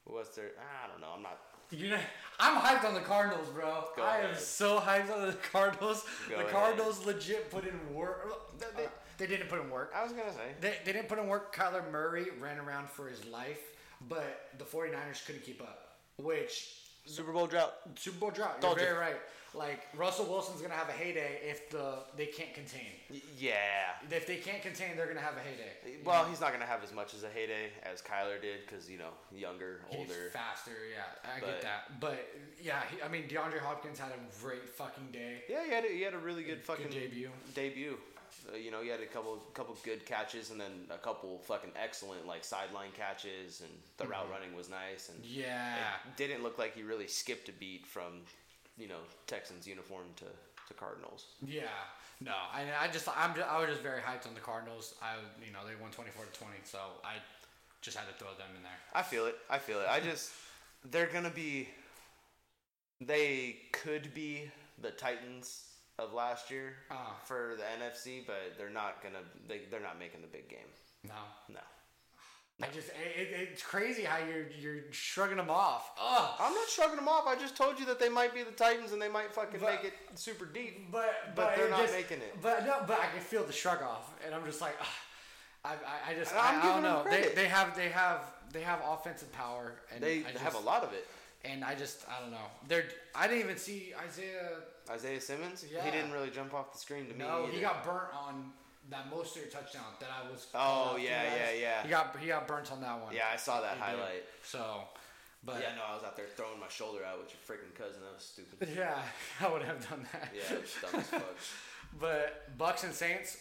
[SPEAKER 5] What's there? I don't know. I'm not.
[SPEAKER 3] You know, I'm hyped on the Cardinals, bro.
[SPEAKER 5] Go
[SPEAKER 3] I am
[SPEAKER 5] ahead.
[SPEAKER 3] so hyped on the Cardinals.
[SPEAKER 5] Go
[SPEAKER 3] the
[SPEAKER 5] ahead.
[SPEAKER 3] Cardinals legit put in work. They, they- they didn't put in work.
[SPEAKER 5] I was gonna say.
[SPEAKER 3] They, they didn't put in work. Kyler Murray ran around for his life, but the 49ers couldn't keep up, which
[SPEAKER 5] Super Bowl drought.
[SPEAKER 3] Super Bowl drought. You're
[SPEAKER 5] Told you.
[SPEAKER 3] very right. Like Russell Wilson's gonna have a heyday if the they can't contain.
[SPEAKER 5] Y- yeah.
[SPEAKER 3] If they can't contain, they're gonna have a heyday.
[SPEAKER 5] Well, he's not gonna have as much as a heyday as Kyler did because you know younger,
[SPEAKER 3] He's
[SPEAKER 5] older.
[SPEAKER 3] faster, yeah, I
[SPEAKER 5] But-
[SPEAKER 3] get that. But yeah, he, I mean DeAndre Hopkins had a great fucking day.
[SPEAKER 5] Yeah, he had a, he had a really good fucking
[SPEAKER 3] debut.
[SPEAKER 5] Debut. Uh, you know, he had a couple couple good catches and then a couple fucking excellent like sideline catches and the route running was nice and
[SPEAKER 3] Mm-hmm. Yeah,
[SPEAKER 5] didn't look like he really skipped a beat from you know Texans uniform to, to Cardinals.
[SPEAKER 3] Yeah. No, I, I just I'm just, I was just very hyped on the Cardinals. I you know they won 24 to 20, so I just had to throw them in there.
[SPEAKER 5] I feel it. I feel it. I just they're gonna be they could be the Titans of last year
[SPEAKER 3] Ah.
[SPEAKER 5] for the NFC, but they're not gonna they they're not making the big game.
[SPEAKER 3] No,
[SPEAKER 5] No.
[SPEAKER 3] I just it, it, it's crazy how you're you're shrugging them off. Ugh.
[SPEAKER 5] I'm not shrugging them off. I just told you that they might be the Titans and they might fucking
[SPEAKER 3] But-
[SPEAKER 5] make it super deep.
[SPEAKER 3] But but,
[SPEAKER 5] But they're
[SPEAKER 3] it
[SPEAKER 5] not
[SPEAKER 3] just-
[SPEAKER 5] making it.
[SPEAKER 3] But no, but I can feel the shrug off, and I'm just like, ugh. I, I I just
[SPEAKER 5] And
[SPEAKER 3] I,
[SPEAKER 5] I'm
[SPEAKER 3] I don't
[SPEAKER 5] giving them
[SPEAKER 3] know. They,
[SPEAKER 5] credit.
[SPEAKER 3] they have they have they have offensive power, and
[SPEAKER 5] They
[SPEAKER 3] I
[SPEAKER 5] have a
[SPEAKER 3] just-
[SPEAKER 5] lot of it.
[SPEAKER 3] And I just I don't know. They're I didn't even see Isaiah
[SPEAKER 5] Isaiah Simmons,
[SPEAKER 3] Yeah.
[SPEAKER 5] he didn't really jump off the screen to me.
[SPEAKER 3] No, he
[SPEAKER 5] either.
[SPEAKER 3] got burnt on that Mostert touchdown that I was.
[SPEAKER 5] Oh,
[SPEAKER 3] that-
[SPEAKER 5] yeah,
[SPEAKER 3] that
[SPEAKER 5] yeah,
[SPEAKER 3] is-
[SPEAKER 5] yeah.
[SPEAKER 3] He got he got burnt on that one.
[SPEAKER 5] Yeah, I saw
[SPEAKER 3] He
[SPEAKER 5] that
[SPEAKER 3] did.
[SPEAKER 5] highlight.
[SPEAKER 3] So, but
[SPEAKER 5] Yeah,
[SPEAKER 3] yeah,
[SPEAKER 5] no, I was out there throwing my shoulder out with your freaking cousin. That was stupid.
[SPEAKER 3] I would have done that.
[SPEAKER 5] Yeah, it was dumb as fuck.
[SPEAKER 3] But Bucks and Saints,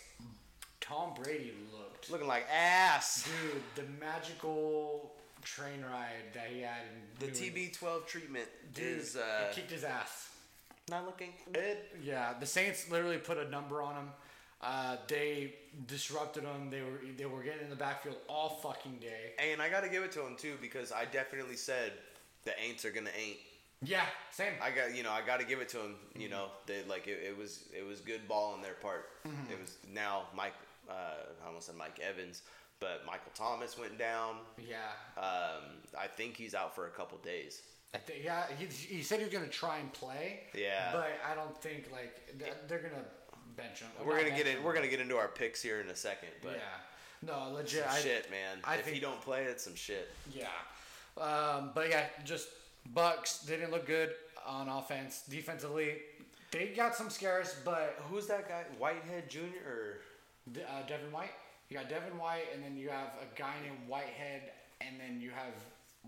[SPEAKER 3] Tom Brady looked
[SPEAKER 5] Looking like ass.
[SPEAKER 3] dude the magical train ride that he had. In
[SPEAKER 5] The
[SPEAKER 3] New England.
[SPEAKER 5] TB12 treatment
[SPEAKER 3] dude
[SPEAKER 5] is uh,
[SPEAKER 3] it kicked his ass.
[SPEAKER 5] not looking good.
[SPEAKER 3] Yeah, the Saints literally put a number on him. Uh, they disrupted him. They were they were getting in the backfield all fucking day.
[SPEAKER 5] And I got to give it to him too because I definitely said the Aints are gonna ain't.
[SPEAKER 3] Yeah, same.
[SPEAKER 5] I got you know I got to give it to him. You know they like it, it Mm-hmm. was it was good ball on their part. It was now Mike. Uh, I almost said Mike Evans, But Michael Thomas went down.
[SPEAKER 3] Yeah.
[SPEAKER 5] Um, I think he's out for a couple days.
[SPEAKER 3] I think, yeah, he, he said he was gonna try and play.
[SPEAKER 5] Yeah.
[SPEAKER 3] But I don't think like th- they're gonna bench him.
[SPEAKER 5] We're
[SPEAKER 3] Not
[SPEAKER 5] gonna get
[SPEAKER 3] bench
[SPEAKER 5] in,
[SPEAKER 3] him,
[SPEAKER 5] we're gonna get into our picks here in a second, but
[SPEAKER 3] yeah. No, legit. I,
[SPEAKER 5] shit, man.
[SPEAKER 3] I
[SPEAKER 5] if
[SPEAKER 3] think-
[SPEAKER 5] he don't play, it's some shit.
[SPEAKER 3] Yeah. Um, but yeah, just Bucks they didn't look good on offense. Defensively, they got some scares, but
[SPEAKER 5] Who's that guy? Whitehead Jr. or
[SPEAKER 3] De- uh, Devin White. You got Devin White, and then you have a guy named Whitehead, and then you have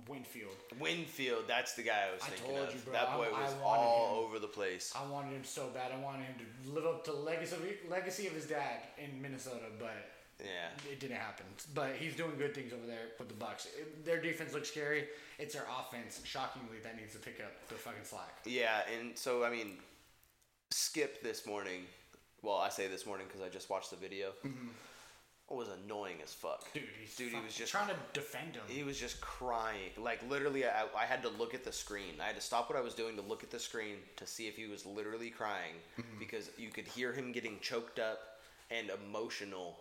[SPEAKER 3] Winfield.
[SPEAKER 5] Winfield? That's the guy I was
[SPEAKER 3] I
[SPEAKER 5] thinking
[SPEAKER 3] told
[SPEAKER 5] of.
[SPEAKER 3] you, bro.
[SPEAKER 5] That boy
[SPEAKER 3] I- I
[SPEAKER 5] was
[SPEAKER 3] wanted
[SPEAKER 5] all
[SPEAKER 3] him.
[SPEAKER 5] over the place.
[SPEAKER 3] I wanted him so bad. I wanted him to live up to legacy legacy of his dad in Minnesota, but
[SPEAKER 5] yeah.
[SPEAKER 3] it didn't happen. But he's doing good things over there with the Bucks. It- their defense looks scary. It's their offense, shockingly, that needs to pick up the fucking slack.
[SPEAKER 5] Yeah, and so I mean, Skip this morning. Well, I say this morning because I just watched the video. Was annoying as fuck,
[SPEAKER 3] Mm-hmm. Dude, he's
[SPEAKER 5] Dude, he
[SPEAKER 3] fucking
[SPEAKER 5] was just
[SPEAKER 3] trying to defend him.
[SPEAKER 5] he was just crying. Like literally, I, I had to look at the screen. I had to stop what I was doing to look at the screen to see if he was literally crying because you could hear him getting choked up and emotional,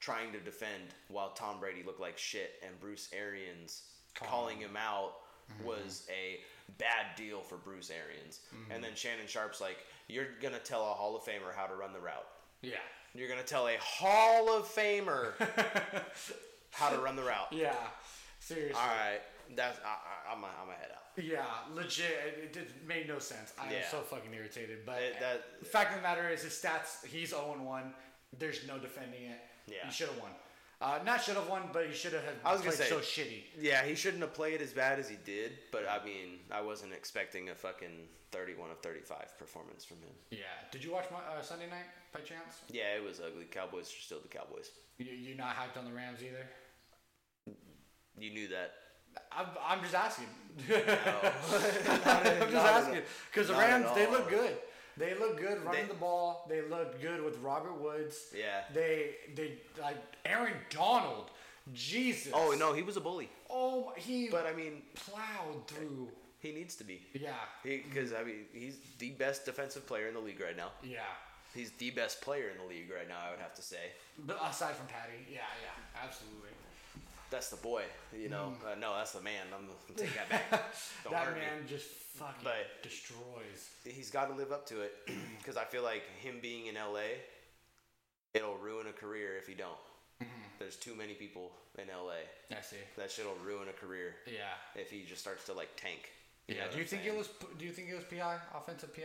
[SPEAKER 5] trying to defend while Tom Brady looked like shit and Bruce Arians calling him out was a bad deal for Bruce Arians. And then Shannon Sharp's like, "You're gonna tell a Hall of Famer how to run the route."
[SPEAKER 3] yeah.
[SPEAKER 5] You're gonna tell a Hall of Famer how to run the route.
[SPEAKER 3] Yeah. Seriously.
[SPEAKER 5] All right, that's I, I, I'm a, I'm a head out.
[SPEAKER 3] Yeah, legit. It, it did, made no sense. I am
[SPEAKER 5] Yeah.
[SPEAKER 3] so fucking irritated. But
[SPEAKER 5] It- that-
[SPEAKER 3] the fact of the matter is, his stats, he's 0 1. There's no defending it.
[SPEAKER 5] Yeah.
[SPEAKER 3] He should have won. Uh, not should have won, but he should have
[SPEAKER 5] I was
[SPEAKER 3] played
[SPEAKER 5] gonna say-
[SPEAKER 3] so shitty.
[SPEAKER 5] Yeah, he shouldn't have played as bad as he did, but I mean, I wasn't expecting a fucking 31 of 35 performance from him.
[SPEAKER 3] Yeah. Did you watch my, uh, Sunday night by chance?
[SPEAKER 5] Yeah, it was ugly. Cowboys are still the Cowboys.
[SPEAKER 3] You, you're not hyped on the Rams either?
[SPEAKER 5] You knew that.
[SPEAKER 3] I'm, I'm just asking.
[SPEAKER 5] I'm
[SPEAKER 3] I'm just asking because the
[SPEAKER 5] not at
[SPEAKER 3] Rams they
[SPEAKER 5] all.
[SPEAKER 3] look good. They look good running
[SPEAKER 5] They-
[SPEAKER 3] the ball. They look good with Robert Woods.
[SPEAKER 5] Yeah.
[SPEAKER 3] They they like Aaron Donald. Jesus.
[SPEAKER 5] Oh no, he was a bully,
[SPEAKER 3] Oh, my- he
[SPEAKER 5] but I mean,
[SPEAKER 3] plowed through.
[SPEAKER 5] he needs to be.
[SPEAKER 3] Yeah.
[SPEAKER 5] Because I mean, he's the best defensive player in the league right now.
[SPEAKER 3] Yeah.
[SPEAKER 5] He's the best player in the league right now. I would have to say.
[SPEAKER 3] But aside from Patty, yeah, yeah, absolutely.
[SPEAKER 5] That's the boy, you know. Uh, no, that's the man. I'm gonna take that back. Don't
[SPEAKER 3] that
[SPEAKER 5] hurt me.
[SPEAKER 3] man just fucking
[SPEAKER 5] But-
[SPEAKER 3] destroys.
[SPEAKER 5] he's got to live up to it because I feel like him being in LA, it'll ruin a career if he don't.
[SPEAKER 3] Mm-hmm.
[SPEAKER 5] There's too many people in LA.
[SPEAKER 3] I see.
[SPEAKER 5] That shit'll ruin a career
[SPEAKER 3] Yeah.
[SPEAKER 5] if he just starts to like tank.
[SPEAKER 3] Yeah.
[SPEAKER 5] know
[SPEAKER 3] do you
[SPEAKER 5] what I'm
[SPEAKER 3] think
[SPEAKER 5] saying?
[SPEAKER 3] it was? Do you think it was PI offensive PI?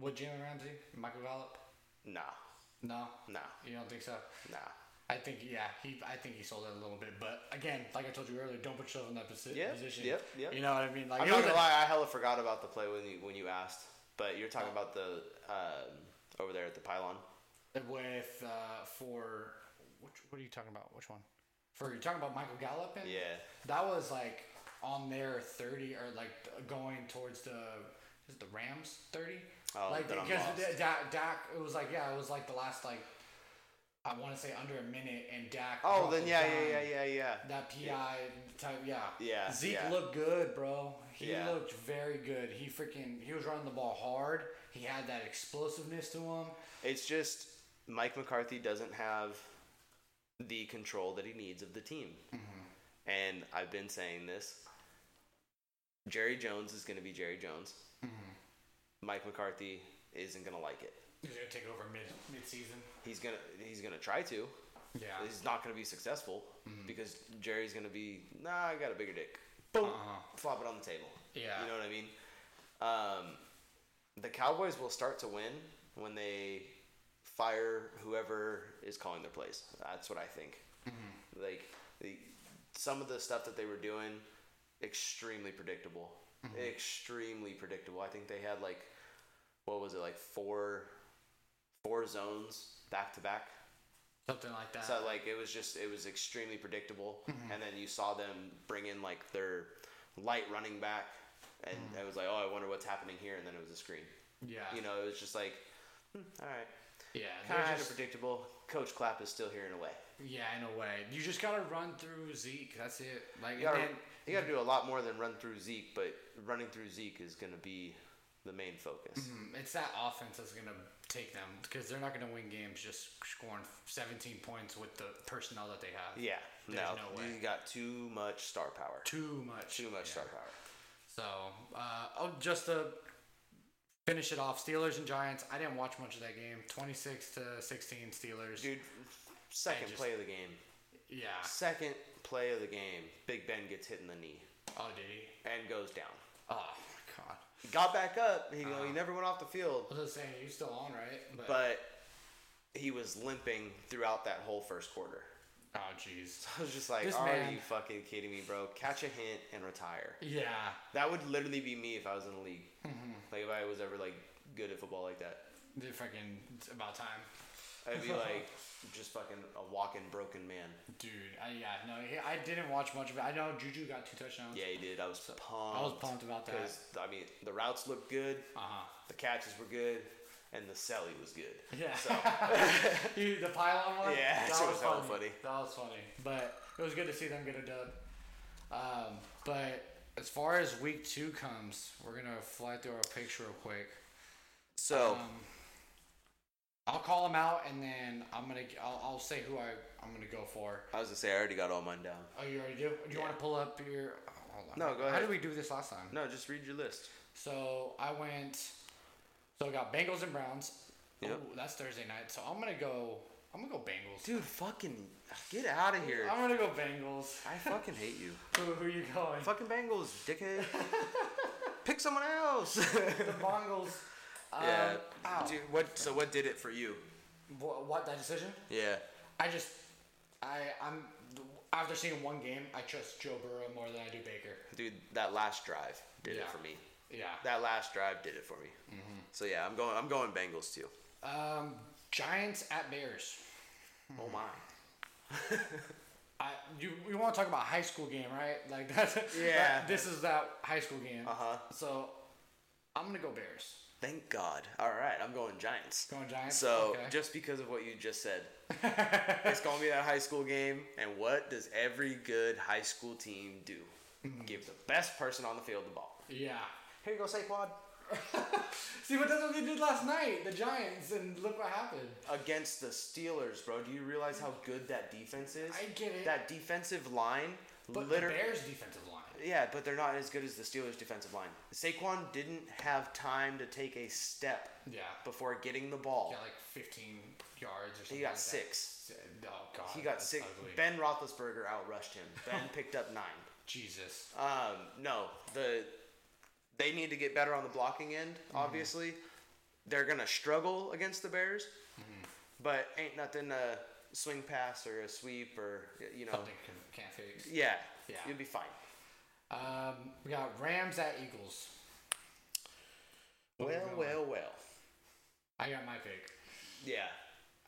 [SPEAKER 3] With Jalen Ramsey, Michael Gallup?
[SPEAKER 5] Nah,
[SPEAKER 3] No,
[SPEAKER 5] nah,
[SPEAKER 3] you don't think so.
[SPEAKER 5] nah.
[SPEAKER 3] I think yeah, he I think he sold it a little bit, but again, like I told you earlier, don't put yourself in that posi-
[SPEAKER 5] Yep,
[SPEAKER 3] position.
[SPEAKER 5] yep, yep.
[SPEAKER 3] You know what I mean? Like
[SPEAKER 5] I'm
[SPEAKER 3] it
[SPEAKER 5] not
[SPEAKER 3] was
[SPEAKER 5] gonna
[SPEAKER 3] a-
[SPEAKER 5] lie. I hella forgot about the play when you when you asked, but you're
[SPEAKER 3] Oh.
[SPEAKER 5] talking about the um, over there at the pylon.
[SPEAKER 3] with uh, for which what are you talking about? Which one? For you're talking about Michael Gallup? And
[SPEAKER 5] Yeah.
[SPEAKER 3] that was like on their thirty or like th- going towards the is it the Rams thirty?
[SPEAKER 5] Oh,
[SPEAKER 3] like
[SPEAKER 5] then I'm
[SPEAKER 3] because
[SPEAKER 5] lost.
[SPEAKER 3] Da- Dak, Dak, it was like yeah, it was like the last like I want to say under a minute, and Dak.
[SPEAKER 5] Oh,
[SPEAKER 3] dropped
[SPEAKER 5] then
[SPEAKER 3] it
[SPEAKER 5] yeah,
[SPEAKER 3] down.
[SPEAKER 5] yeah, yeah, yeah, yeah.
[SPEAKER 3] That PI type, yeah.
[SPEAKER 5] Yeah,
[SPEAKER 3] Zeke
[SPEAKER 5] yeah.
[SPEAKER 3] looked good, bro. He
[SPEAKER 5] Yeah.
[SPEAKER 3] looked very good. He freaking he was running the ball hard. He had that explosiveness to him.
[SPEAKER 5] It's just Mike McCarthy doesn't have the control that he needs of the team. And I've been saying this. Jerry Jones is going to be Jerry Jones. Mike McCarthy isn't going to like it.
[SPEAKER 3] He's gonna take over mid mid season.
[SPEAKER 5] He's going to he's going to try to.
[SPEAKER 3] Yeah. Mm-hmm.
[SPEAKER 5] He's not going to be successful because Jerry's going to be, "Nah, I got a bigger dick." Boom. Flop it on the table.
[SPEAKER 3] Uh-huh. Yeah.
[SPEAKER 5] You know what I mean? Um, the Cowboys will start to win when they fire whoever is calling their plays. That's what I think.
[SPEAKER 3] Mm-hmm.
[SPEAKER 5] Like the, some of the stuff that they were doing, extremely predictable.
[SPEAKER 3] Mm-hmm.
[SPEAKER 5] Extremely predictable. I think they had like what was it like four four zones back to back.
[SPEAKER 3] Something like that.
[SPEAKER 5] So like it was just it was extremely predictable,
[SPEAKER 3] Mm-hmm.
[SPEAKER 5] and then you saw them bring in like their light running back, and I was like, oh, I wonder what's happening here, and then it was a screen.
[SPEAKER 3] Mm. yeah.
[SPEAKER 5] You know, it was just like, hmm, all right,
[SPEAKER 3] Yeah. they're
[SPEAKER 5] kind of
[SPEAKER 3] just-
[SPEAKER 5] predictable. Coach Clapp is still here in a way.
[SPEAKER 3] yeah, in a way. You just gotta run through Zeke. That's it. Like
[SPEAKER 5] You gotta,
[SPEAKER 3] and then-
[SPEAKER 5] you gotta do a lot more than run through Zeke, but running through Zeke is gonna be the main focus.
[SPEAKER 3] It's that offense that's going to take them because they're not going to win games just scoring 17 points with the personnel that they have.
[SPEAKER 5] Yeah,
[SPEAKER 3] There's
[SPEAKER 5] no,
[SPEAKER 3] no way.
[SPEAKER 5] you got too much star power.
[SPEAKER 3] Too much.
[SPEAKER 5] Too much
[SPEAKER 3] Yeah.
[SPEAKER 5] star power.
[SPEAKER 3] So, uh, oh, just to finish it off, Steelers and Giants. I didn't watch much of that game. 26 to 16 Steelers.
[SPEAKER 5] Dude, second
[SPEAKER 3] just-
[SPEAKER 5] play of the game.
[SPEAKER 3] Yeah.
[SPEAKER 5] Second play of the game, Big Ben gets hit in the knee
[SPEAKER 3] Oh, did he?
[SPEAKER 5] and goes down.
[SPEAKER 3] Oh my god.
[SPEAKER 5] He got back up. He,
[SPEAKER 3] Ah.
[SPEAKER 5] go he never went off the
[SPEAKER 3] I
[SPEAKER 5] field,
[SPEAKER 3] was just saying, you're still on, right?
[SPEAKER 5] but he was limping throughout that whole first quarter.
[SPEAKER 3] oh, jeez.
[SPEAKER 5] I was just like,
[SPEAKER 3] This
[SPEAKER 5] are
[SPEAKER 3] man-
[SPEAKER 5] you fucking kidding me, bro? Catch a hint and retire.
[SPEAKER 3] Yeah. Mm-hmm.
[SPEAKER 5] That would literally be me if I was in the league. Like if I was ever like good at football like that.
[SPEAKER 3] They're fucking it's about time,
[SPEAKER 5] I'd be like just fucking a walking broken man.
[SPEAKER 3] dude. I, yeah, no, yeah, I didn't watch much of it. I know Juju got two touchdowns.
[SPEAKER 5] Yeah, he did. I was pumped.
[SPEAKER 3] I was pumped about that.
[SPEAKER 5] Because I mean, the routes looked good,
[SPEAKER 3] Uh huh.
[SPEAKER 5] the catches were good, and the celly was good.
[SPEAKER 3] Yeah.
[SPEAKER 5] So
[SPEAKER 3] Dude, the pylon one.
[SPEAKER 5] Yeah, that was hella funny.
[SPEAKER 3] That was funny, but it was good to see them get a dub. Um, but as far as week two comes, we're gonna fly through our picks real quick.
[SPEAKER 5] so
[SPEAKER 3] Um, I'll call them out, and then I'm gonna I'll, I'll say who I I'm gonna go for.
[SPEAKER 5] I was gonna say I already got all mine down.
[SPEAKER 3] Oh, you already do. Do you want to pull up your? oh, hold on.
[SPEAKER 5] No, go
[SPEAKER 3] How
[SPEAKER 5] ahead.
[SPEAKER 3] did we do this last time?
[SPEAKER 5] No, just read your list.
[SPEAKER 3] So I went. So I got Bengals and Browns.
[SPEAKER 5] Yep.
[SPEAKER 3] Ooh, that's Thursday night. So I'm gonna go. I'm gonna go Bengals.
[SPEAKER 5] Dude, fucking get out of here.
[SPEAKER 3] I'm gonna go Bengals.
[SPEAKER 5] I fucking hate you.
[SPEAKER 3] Who, who you going?
[SPEAKER 5] Fucking Bengals, dickhead. Pick someone else.
[SPEAKER 3] the Bengals. Um,
[SPEAKER 5] yeah.
[SPEAKER 3] ow.
[SPEAKER 5] Dude, what? So what did it for you?
[SPEAKER 3] What, what that decision?
[SPEAKER 5] Yeah.
[SPEAKER 3] I just, I I'm after seeing one game, I trust Joe Burrow more than I do Baker.
[SPEAKER 5] Dude, that last drive did
[SPEAKER 3] Yeah.
[SPEAKER 5] it for me.
[SPEAKER 3] Yeah.
[SPEAKER 5] That last drive did it for me. So yeah, I'm going. I'm going Bengals too.
[SPEAKER 3] Um, Giants at Bears.
[SPEAKER 5] Oh my.
[SPEAKER 3] I you we want to talk about high school game, right? Like that's
[SPEAKER 5] Yeah.
[SPEAKER 3] that- this is that high school game. Uh
[SPEAKER 5] Uh-huh.
[SPEAKER 3] So I'm gonna go Bears.
[SPEAKER 5] Thank God. All right, I'm going Giants.
[SPEAKER 3] Going Giants?
[SPEAKER 5] So
[SPEAKER 3] Okay.
[SPEAKER 5] just because of what you just said, it's gonna be that high school game. And what does every good high school team do?
[SPEAKER 3] Mm-hmm.
[SPEAKER 5] Give the best person on the field the ball.
[SPEAKER 3] Yeah.
[SPEAKER 5] Here you go, Saquon.
[SPEAKER 3] See, but that's what they did last night, the Giants, and look what happened.
[SPEAKER 5] Against the Steelers, bro. Do you realize how good that defense is?
[SPEAKER 3] I get it.
[SPEAKER 5] That defensive line.
[SPEAKER 3] But
[SPEAKER 5] liter-
[SPEAKER 3] the Bears' defensive line.
[SPEAKER 5] Yeah, but they're not as good as the Steelers' defensive line. Saquon didn't have time to take a step
[SPEAKER 3] Yeah.
[SPEAKER 5] before getting the ball.
[SPEAKER 3] Got like 15 yards or something.
[SPEAKER 5] he got
[SPEAKER 3] like that.
[SPEAKER 5] six.
[SPEAKER 3] Oh God.
[SPEAKER 5] He got
[SPEAKER 3] that's
[SPEAKER 5] six.
[SPEAKER 3] ugly.
[SPEAKER 5] Ben Roethlisberger outrushed him. Ben picked up nine.
[SPEAKER 3] Jesus.
[SPEAKER 5] Um, no, the they need to get better on the blocking end.
[SPEAKER 3] Mm-hmm.
[SPEAKER 5] Obviously, they're gonna struggle against the Bears,
[SPEAKER 3] Mm-hmm.
[SPEAKER 5] but ain't nothing a swing pass or a sweep or you know.
[SPEAKER 3] Something can- can't fix.
[SPEAKER 5] Yeah,
[SPEAKER 3] Yeah.
[SPEAKER 5] you'll be fine.
[SPEAKER 3] Um, we got Rams at Eagles.
[SPEAKER 5] Well, well, well.
[SPEAKER 3] I got my pick.
[SPEAKER 5] Yeah.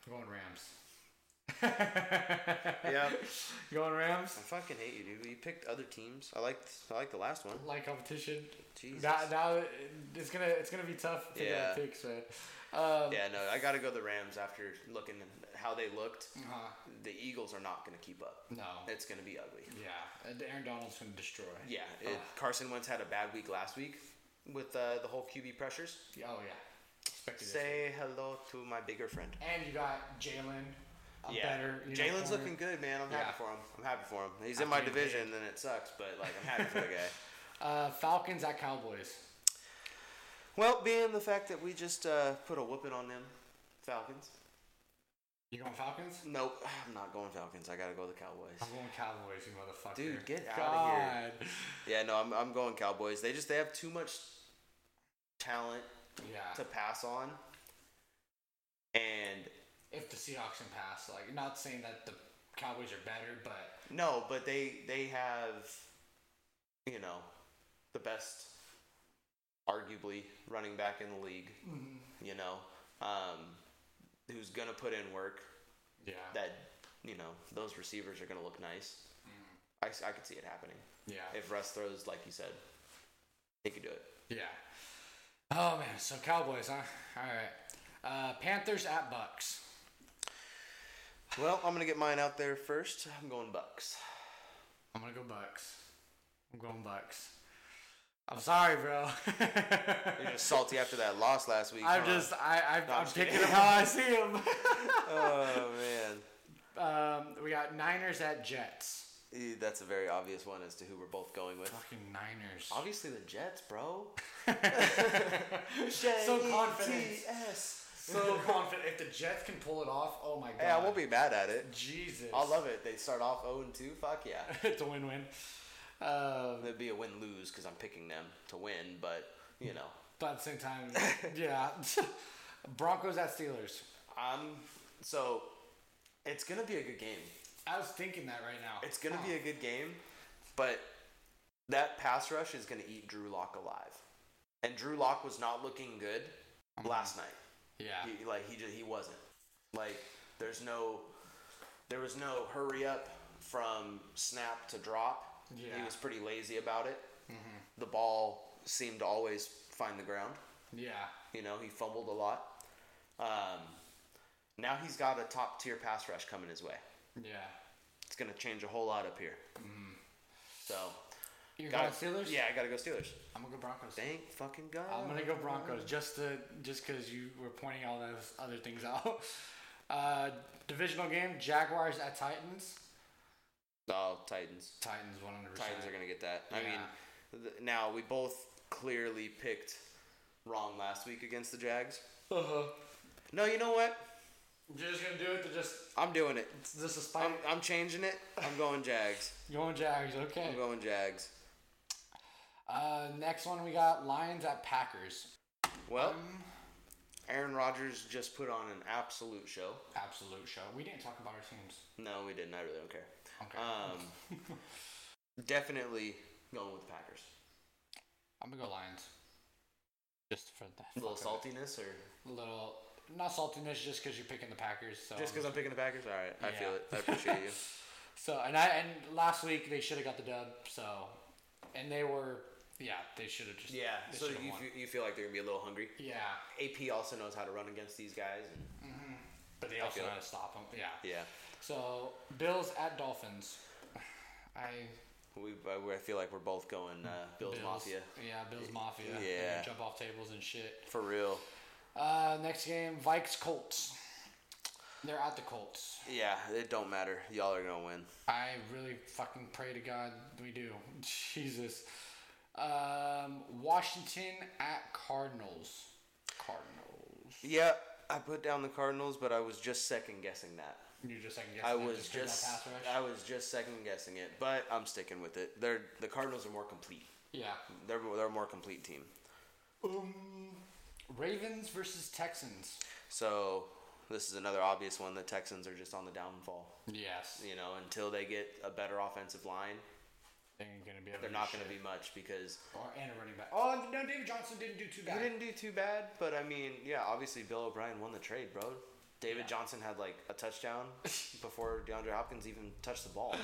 [SPEAKER 3] I'm going Rams.
[SPEAKER 5] Yeah.
[SPEAKER 3] Going Rams.
[SPEAKER 5] I fucking hate you, dude. You picked other teams. I liked I liked the last one.
[SPEAKER 3] Like competition.
[SPEAKER 5] Jesus.
[SPEAKER 3] Now, now it's gonna it's gonna be tough to
[SPEAKER 5] Yeah.
[SPEAKER 3] get picks, man. Um,
[SPEAKER 5] Yeah, no, I gotta go the Rams after looking at how they looked.
[SPEAKER 3] uh,
[SPEAKER 5] The Eagles are not gonna keep up.
[SPEAKER 3] No.
[SPEAKER 5] It's gonna be ugly.
[SPEAKER 3] yeah. And Uh, Aaron Donald's gonna destroy.
[SPEAKER 5] Yeah, it, Carson Wentz had a bad week last week with uh, the whole QB pressures.
[SPEAKER 3] Yeah, Oh yeah. Expected it.
[SPEAKER 5] Say hello to my bigger friend.
[SPEAKER 3] And you got Jalen. A Better. you know,
[SPEAKER 5] Jalen's
[SPEAKER 3] corner.
[SPEAKER 5] looking good, man. I'm
[SPEAKER 3] Yeah.
[SPEAKER 5] happy for him. I'm happy for him. He's in my
[SPEAKER 3] can't
[SPEAKER 5] division, and it sucks, but like I'm happy for the guy.
[SPEAKER 3] Uh, Falcons at Cowboys.
[SPEAKER 5] Well, being the fact that we just uh, put a whooping on them, Falcons.
[SPEAKER 3] You going Falcons?
[SPEAKER 5] Nope, I'm not going Falcons. I gotta go the Cowboys.
[SPEAKER 3] I'm going Cowboys, you motherfucker.
[SPEAKER 5] Dude, get outta
[SPEAKER 3] here.
[SPEAKER 5] Yeah, no, I'm, I'm going Cowboys. They just they have too much talent
[SPEAKER 3] Yeah.
[SPEAKER 5] to pass on, and
[SPEAKER 3] If the Seahawks can pass, like, not saying that the Cowboys are better, but
[SPEAKER 5] no, but they they have, you know, the best, arguably running back in the league. You know, um, who's gonna put in work?
[SPEAKER 3] yeah,
[SPEAKER 5] That you know, those receivers are gonna look nice. I s- I could see it happening
[SPEAKER 3] yeah,
[SPEAKER 5] if Russ throws like you said. He could do it.
[SPEAKER 3] yeah. Oh man, so Cowboys, huh? All right. Uh, Panthers at Bucks.
[SPEAKER 5] Well, I'm gonna get mine out there first. I'm going Bucks.
[SPEAKER 3] I'm gonna go Bucks. I'm going Bucks. I'm sorry, bro.
[SPEAKER 5] You're just salty after that loss last week.
[SPEAKER 3] I'm
[SPEAKER 5] huh?
[SPEAKER 3] just I I'm,
[SPEAKER 5] I'm
[SPEAKER 3] I'm
[SPEAKER 5] just
[SPEAKER 3] picking
[SPEAKER 5] kidding.
[SPEAKER 3] them how I see them.
[SPEAKER 5] Oh man,
[SPEAKER 3] um, we got Niners at Jets.
[SPEAKER 5] Eh, that's a very obvious one as to who we're both going with.
[SPEAKER 3] Fucking Niners.
[SPEAKER 5] Obviously the Jets, bro.
[SPEAKER 3] So confident.
[SPEAKER 5] J-E-T-S.
[SPEAKER 3] So confident. If the Jets can pull it off, oh my god.
[SPEAKER 5] Hey, I won't be mad at it.
[SPEAKER 3] Jesus.
[SPEAKER 5] I love it. They start off 0 and 2. Fuck yeah.
[SPEAKER 3] it's a win-win. Um,
[SPEAKER 5] It'd be a win lose because I'm picking them to win, but you know,
[SPEAKER 3] but at the same time, yeah. Broncos at Steelers.
[SPEAKER 5] I'm so it's gonna be a good game.
[SPEAKER 3] I was thinking that right now.
[SPEAKER 5] It's gonna be a good game, but that pass rush is gonna eat Drew Lock alive. And Drew Lock was not looking good last night.
[SPEAKER 3] yeah.
[SPEAKER 5] He, like he just, he wasn't. Like there's no there was no hurry up from snap to drop. He
[SPEAKER 3] Yeah. Mm-hmm.
[SPEAKER 5] was pretty lazy about it. The ball seemed to always find the ground.
[SPEAKER 3] Yeah.
[SPEAKER 5] You know, he fumbled a lot. Um, now he's got a top tier pass rush coming his way.
[SPEAKER 3] Yeah.
[SPEAKER 5] It's going to change a whole lot up here.
[SPEAKER 3] Mm-hmm.
[SPEAKER 5] So,
[SPEAKER 3] You're
[SPEAKER 5] gotta-
[SPEAKER 3] going Steelers?
[SPEAKER 5] Yeah, I got to go Steelers.
[SPEAKER 3] I'm gonna go Broncos.
[SPEAKER 5] Thank fucking God.
[SPEAKER 3] I'm gonna go Broncos just to just because you were pointing all those other things out. Uh, divisional game: Jaguars at Titans.
[SPEAKER 5] Oh, Titans.
[SPEAKER 3] Titans 100.
[SPEAKER 5] Titans are going to get that. I
[SPEAKER 3] Yeah.
[SPEAKER 5] mean, th- now we both clearly picked wrong last week against the Jags.
[SPEAKER 3] Uh-huh.
[SPEAKER 5] No, you know what?
[SPEAKER 3] You're just gonna do it to just
[SPEAKER 5] I'm doing it.
[SPEAKER 3] just a spite.
[SPEAKER 5] I'm, I'm changing it. I'm going Jags.
[SPEAKER 3] Going Jags. Okay.
[SPEAKER 5] I'm going Jags.
[SPEAKER 3] Uh, next one we got Lions at Packers.
[SPEAKER 5] Well,
[SPEAKER 3] Um,
[SPEAKER 5] Aaron Rodgers just put on an absolute show.
[SPEAKER 3] Absolute show. We didn't talk about our teams.
[SPEAKER 5] No, we didn't. I really don't care.
[SPEAKER 3] Okay.
[SPEAKER 5] Um, definitely going with the Packers.
[SPEAKER 3] I'm gonna go Lions. Just for that.
[SPEAKER 5] A little
[SPEAKER 3] fucker.
[SPEAKER 5] saltiness, or
[SPEAKER 3] Little not saltiness, just because you're picking the Packers. So
[SPEAKER 5] just because I'm picking the Packers. All right, I feel
[SPEAKER 3] Um, Yeah.
[SPEAKER 5] it. I appreciate you.
[SPEAKER 3] So and I and last week they should have got the dub. So and they were yeah they should have just they
[SPEAKER 5] So you,
[SPEAKER 3] should've won.
[SPEAKER 5] fe- you feel like they're gonna be a little hungry.
[SPEAKER 3] yeah
[SPEAKER 5] AP also knows how to run against these guys. And
[SPEAKER 3] but they also
[SPEAKER 5] feel
[SPEAKER 3] know how
[SPEAKER 5] it.
[SPEAKER 3] to stop them yeah.
[SPEAKER 5] yeah,
[SPEAKER 3] So Bills at Dolphins. I
[SPEAKER 5] we. I, we- I feel like we're both going uh,
[SPEAKER 3] Mm.
[SPEAKER 5] Bills, Mafia
[SPEAKER 3] yeah Bills Mafia
[SPEAKER 5] Yeah.
[SPEAKER 3] They're gonna jump off tables and shit.
[SPEAKER 5] for real.
[SPEAKER 3] Uh, next game Vikes Colts. They're at the Colts.
[SPEAKER 5] Yeah, it don't matter. Y'all are gonna win.
[SPEAKER 3] I really fucking pray to God we do. Jesus. Um, Washington at Cardinals. Cardinals.
[SPEAKER 5] Yeah, I put down the Cardinals, but I was just second guessing that.
[SPEAKER 3] You're just second guessing.
[SPEAKER 5] I
[SPEAKER 3] that
[SPEAKER 5] was
[SPEAKER 3] because of
[SPEAKER 5] just
[SPEAKER 3] that pass rush?
[SPEAKER 5] I was just second guessing it, but I'm sticking with it. They're the Cardinals are more complete.
[SPEAKER 3] yeah.
[SPEAKER 5] They're they're a more complete team.
[SPEAKER 3] Um, Ravens versus Texans.
[SPEAKER 5] So this is another obvious one. The Texans are just on the downfall.
[SPEAKER 3] Yes.
[SPEAKER 5] You know, until they get a better offensive line,
[SPEAKER 3] They're gonna be. able
[SPEAKER 5] they're
[SPEAKER 3] do
[SPEAKER 5] not going to
[SPEAKER 3] shit.
[SPEAKER 5] be much because
[SPEAKER 3] Or and a running back. Oh no, David Johnson didn't do too
[SPEAKER 5] he
[SPEAKER 3] bad.
[SPEAKER 5] didn't do too bad. But I mean, yeah, obviously Bill O'Brien won the trade, bro. David
[SPEAKER 3] Yeah.
[SPEAKER 5] Johnson had like a touchdown before DeAndre Hopkins even touched the ball. Come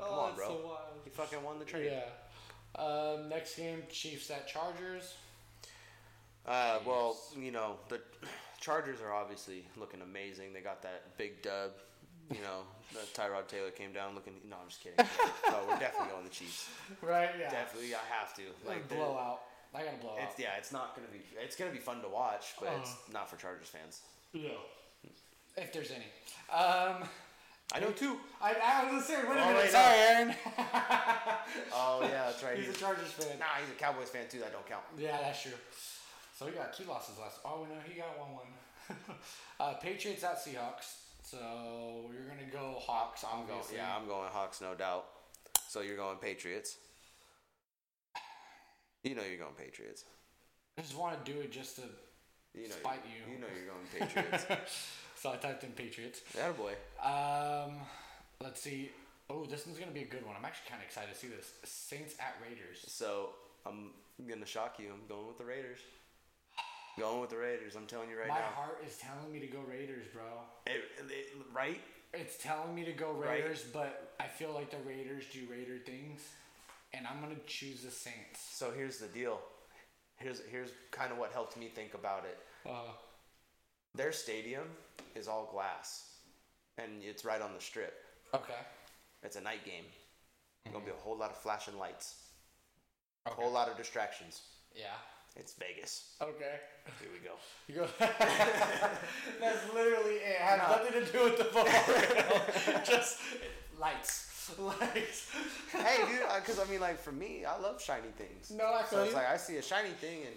[SPEAKER 3] Oh,
[SPEAKER 5] on,
[SPEAKER 3] that's
[SPEAKER 5] bro.
[SPEAKER 3] so wild.
[SPEAKER 5] He fucking won the trade.
[SPEAKER 3] Yeah. Um, next game, Chiefs at Chargers.
[SPEAKER 5] Uh, well, you know, the Chargers are obviously looking amazing. They got that big dub. You know, the Tyrod Taylor came down looking. No, I'm just kidding. no, we're definitely going the Chiefs.
[SPEAKER 3] Right. Yeah.
[SPEAKER 5] Definitely, I have to. Like
[SPEAKER 3] Like
[SPEAKER 5] the-
[SPEAKER 3] blowout. I gotta blow out.
[SPEAKER 5] It's, yeah, it's not gonna be. It's gonna be fun to watch, but it's not for Chargers fans.
[SPEAKER 3] No. If there's any. Um,
[SPEAKER 5] I know two.
[SPEAKER 3] I, I was gonna say, wait a
[SPEAKER 5] Oh,
[SPEAKER 3] minute.
[SPEAKER 5] wait,
[SPEAKER 3] sorry, Aaron.
[SPEAKER 5] Oh yeah, that's right.
[SPEAKER 3] He's a
[SPEAKER 5] He's, Oh,
[SPEAKER 3] Chargers fan.
[SPEAKER 5] nah, he's a Cowboys fan too. That don't count.
[SPEAKER 3] Yeah, that's true. So he got two losses last. Oh no, he got one one. uh, Patriots at Seahawks. So you're gonna go Hawks. I'm
[SPEAKER 5] Go- yeah, I'm going Hawks, no doubt. So you're going Patriots. You know you're going Patriots.
[SPEAKER 3] I just want to do it just to.
[SPEAKER 5] You know
[SPEAKER 3] Spite
[SPEAKER 5] you're,
[SPEAKER 3] you.
[SPEAKER 5] know you're going Patriots.
[SPEAKER 3] So I typed in Patriots.
[SPEAKER 5] that boy.
[SPEAKER 3] Um, let's see. Oh, this one's gonna be a good one. I'm actually kind of excited to see this. Saints at Raiders.
[SPEAKER 5] So I'm gonna shock you. I'm going with the Raiders. Going with the Raiders. I'm telling you right
[SPEAKER 3] My
[SPEAKER 5] now.
[SPEAKER 3] heart is telling me to go Raiders, bro.
[SPEAKER 5] It- it- right?
[SPEAKER 3] It's telling me to go
[SPEAKER 5] Right.
[SPEAKER 3] Raiders, but I feel like the Raiders do Raider things, and I'm gonna choose the Saints.
[SPEAKER 5] So here's the deal. Here's here's kind of what helped me think about it.
[SPEAKER 3] Uh,
[SPEAKER 5] Their stadium is all glass, and it's right on the strip.
[SPEAKER 3] okay. Mm-hmm.
[SPEAKER 5] It's a night game. Gonna be a whole lot of flashing lights. A whole lot of distractions.
[SPEAKER 3] Yeah.
[SPEAKER 5] It's Vegas.
[SPEAKER 3] Okay.
[SPEAKER 5] Here we go.
[SPEAKER 3] You go. That's literally it. it had nothing to do with the football. Just lights, lights.
[SPEAKER 5] hey, dude, because I mean, like for me, I love shiny things.
[SPEAKER 3] No, I
[SPEAKER 5] So
[SPEAKER 3] feel
[SPEAKER 5] it's
[SPEAKER 3] you.
[SPEAKER 5] like I see a shiny thing, and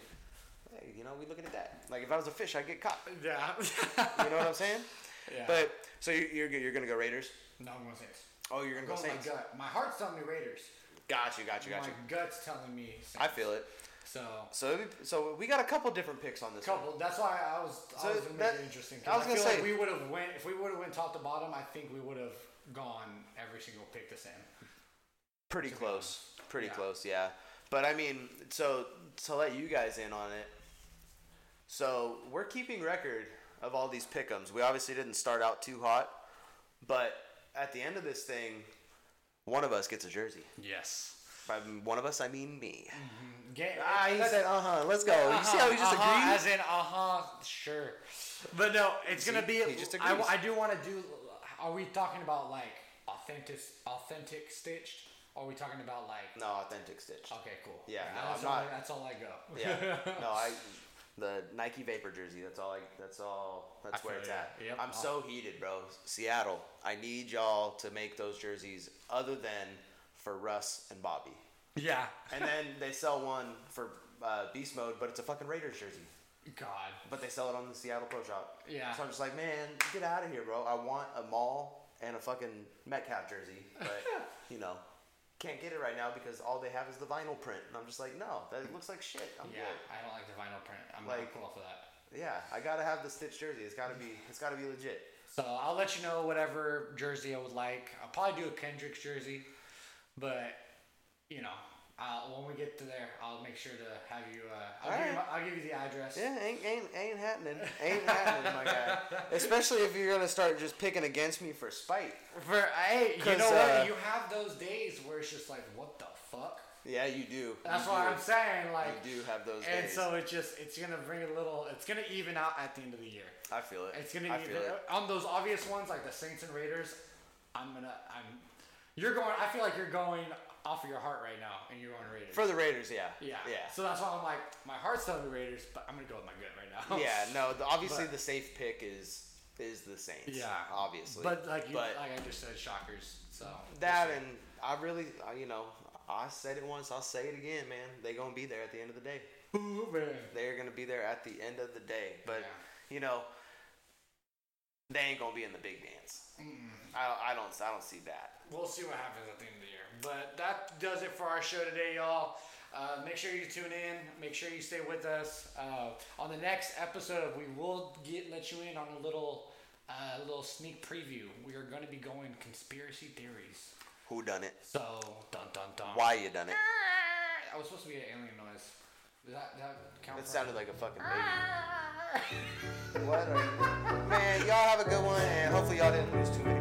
[SPEAKER 5] hey, you know, we looking at that. Like if I was a fish, I'd get caught.
[SPEAKER 3] Yeah.
[SPEAKER 5] You know what I'm saying?
[SPEAKER 3] Yeah.
[SPEAKER 5] But so you- you're you're gonna go Raiders?
[SPEAKER 3] no, I'm gonna say it.
[SPEAKER 5] Oh, you're gonna go
[SPEAKER 3] Oh my Oh
[SPEAKER 5] Saints?
[SPEAKER 3] gut. My heart's telling me Raiders.
[SPEAKER 5] Got you, got you, got
[SPEAKER 3] My
[SPEAKER 5] you.
[SPEAKER 3] gut's telling me.
[SPEAKER 5] I feel it.
[SPEAKER 3] So.
[SPEAKER 5] So it'd be- so we got a couple different picks on this one.
[SPEAKER 3] Couple. That's why I was. I
[SPEAKER 5] So
[SPEAKER 3] was gonna
[SPEAKER 5] that-
[SPEAKER 3] make it interesting. 'cause
[SPEAKER 5] I was gonna
[SPEAKER 3] feel
[SPEAKER 5] say-
[SPEAKER 3] like we would have went if we would have went top to bottom. I think we would have gone every single pick the same.
[SPEAKER 5] Pretty close. Pretty
[SPEAKER 3] Yeah.
[SPEAKER 5] close, yeah. But I mean, so to let you guys in on it, so we're keeping record of all these pickums. We obviously didn't start out too hot, but at the end of this thing, one of us gets a jersey.
[SPEAKER 3] Yes.
[SPEAKER 5] By one of us, I mean me.
[SPEAKER 3] Game,
[SPEAKER 5] Ah, he said, uh huh, let's go. You
[SPEAKER 3] Uh-huh,
[SPEAKER 5] see how he just
[SPEAKER 3] uh-huh,
[SPEAKER 5] agreed?
[SPEAKER 3] As in, uh huh, sure. But no, it's gonna be.
[SPEAKER 5] He just
[SPEAKER 3] I,
[SPEAKER 5] agrees.
[SPEAKER 3] I do want to do. Are we talking about like authentic, authentic stitched? Are we talking about like?
[SPEAKER 5] No, authentic stitch.
[SPEAKER 3] Okay, cool.
[SPEAKER 5] Yeah, no,
[SPEAKER 3] that's
[SPEAKER 5] I'm
[SPEAKER 3] all,
[SPEAKER 5] not-
[SPEAKER 3] That's all I go.
[SPEAKER 5] Yeah. No, I the Nike Vapor jersey. That's all. I, that's all. That's
[SPEAKER 3] I
[SPEAKER 5] where
[SPEAKER 3] feel
[SPEAKER 5] it's
[SPEAKER 3] ya.
[SPEAKER 5] at.
[SPEAKER 3] Yep.
[SPEAKER 5] I'm so heated, bro. Seattle. I need y'all to make those jerseys. Other than for Russ and Bobby,
[SPEAKER 3] Yeah.
[SPEAKER 5] and then they sell one for uh, Beast Mode, but it's a fucking Raiders jersey.
[SPEAKER 3] God.
[SPEAKER 5] But they sell it on the Seattle Pro Shop.
[SPEAKER 3] Yeah.
[SPEAKER 5] So I'm just like, man, get out of here, bro. I want a mall and a fucking Metcalf jersey, but you know. Can't get it right now because all they have is the vinyl print, and I'm just like, no, that looks like shit. I'm
[SPEAKER 3] Yeah,
[SPEAKER 5] good.
[SPEAKER 3] I don't like the vinyl print. I'm
[SPEAKER 5] Like-
[SPEAKER 3] gonna pull off of that.
[SPEAKER 5] Yeah, I gotta have the Stitch jersey. It's gotta be. It's gotta be legit.
[SPEAKER 3] So I'll let you know whatever jersey I would like. I'll probably do a Kendrick's jersey, but you know, uh, when we get to there, I'll make sure to have you. Uh, I'll, give you
[SPEAKER 5] Alright.
[SPEAKER 3] my, I'll give you the address.
[SPEAKER 5] Yeah, ain't ain't ain't happening. Ain't happening, my guy. Especially if you're gonna start just picking against me for spite.
[SPEAKER 3] For hey, you
[SPEAKER 5] 'Cause,
[SPEAKER 3] know what?
[SPEAKER 5] uh,
[SPEAKER 3] you have those days where it's just like, what the fuck?
[SPEAKER 5] Yeah, you do.
[SPEAKER 3] That's
[SPEAKER 5] you
[SPEAKER 3] what
[SPEAKER 5] do.
[SPEAKER 3] I'm saying. Like,
[SPEAKER 5] You do have those
[SPEAKER 3] and
[SPEAKER 5] days.
[SPEAKER 3] so it just it's gonna bring a little. It's gonna even out at the end of the year.
[SPEAKER 5] I feel it.
[SPEAKER 3] It's gonna
[SPEAKER 5] I
[SPEAKER 3] even
[SPEAKER 5] feel it.
[SPEAKER 3] on those obvious ones like the Saints and Raiders. I'm gonna. I'm. You're going. I feel like you're going off of your heart right now, and you're going Raiders.
[SPEAKER 5] For the Raiders, yeah.
[SPEAKER 3] yeah.
[SPEAKER 5] Yeah.
[SPEAKER 3] So that's why I'm like, my heart's telling me Raiders, but I'm gonna go with my gut right now.
[SPEAKER 5] yeah. No. The, obviously,
[SPEAKER 3] But-
[SPEAKER 5] the safe pick is is the Saints.
[SPEAKER 3] Yeah.
[SPEAKER 5] Obviously.
[SPEAKER 3] But like you,
[SPEAKER 5] But-
[SPEAKER 3] like I just said, shockers. So
[SPEAKER 5] that and I really, I- you know, I said it once. I'll say it again, man. They gonna be there at the end of the day.
[SPEAKER 3] Ooh, man.
[SPEAKER 5] They're gonna be there at the end of the day. But
[SPEAKER 3] Yeah.
[SPEAKER 5] you know, they ain't gonna be in the big dance. I, I don't I don't see that.
[SPEAKER 3] We'll see what happens at the end of the year. But that does it for our show today, y'all. Uh, make sure you tune in. Make sure you stay with us. Uh, on the next episode, we will get let you in on a little uh, little sneak preview. We are going to be going conspiracy theories.
[SPEAKER 5] Who done it?
[SPEAKER 3] So dun dun dun.
[SPEAKER 5] Why you done it?
[SPEAKER 3] That was supposed to be an alien noise. Did that, that count?
[SPEAKER 5] That
[SPEAKER 3] for-
[SPEAKER 5] sounded like a fucking baby. what are you? Man, y'all have a good one, and hopefully y'all didn't lose too many.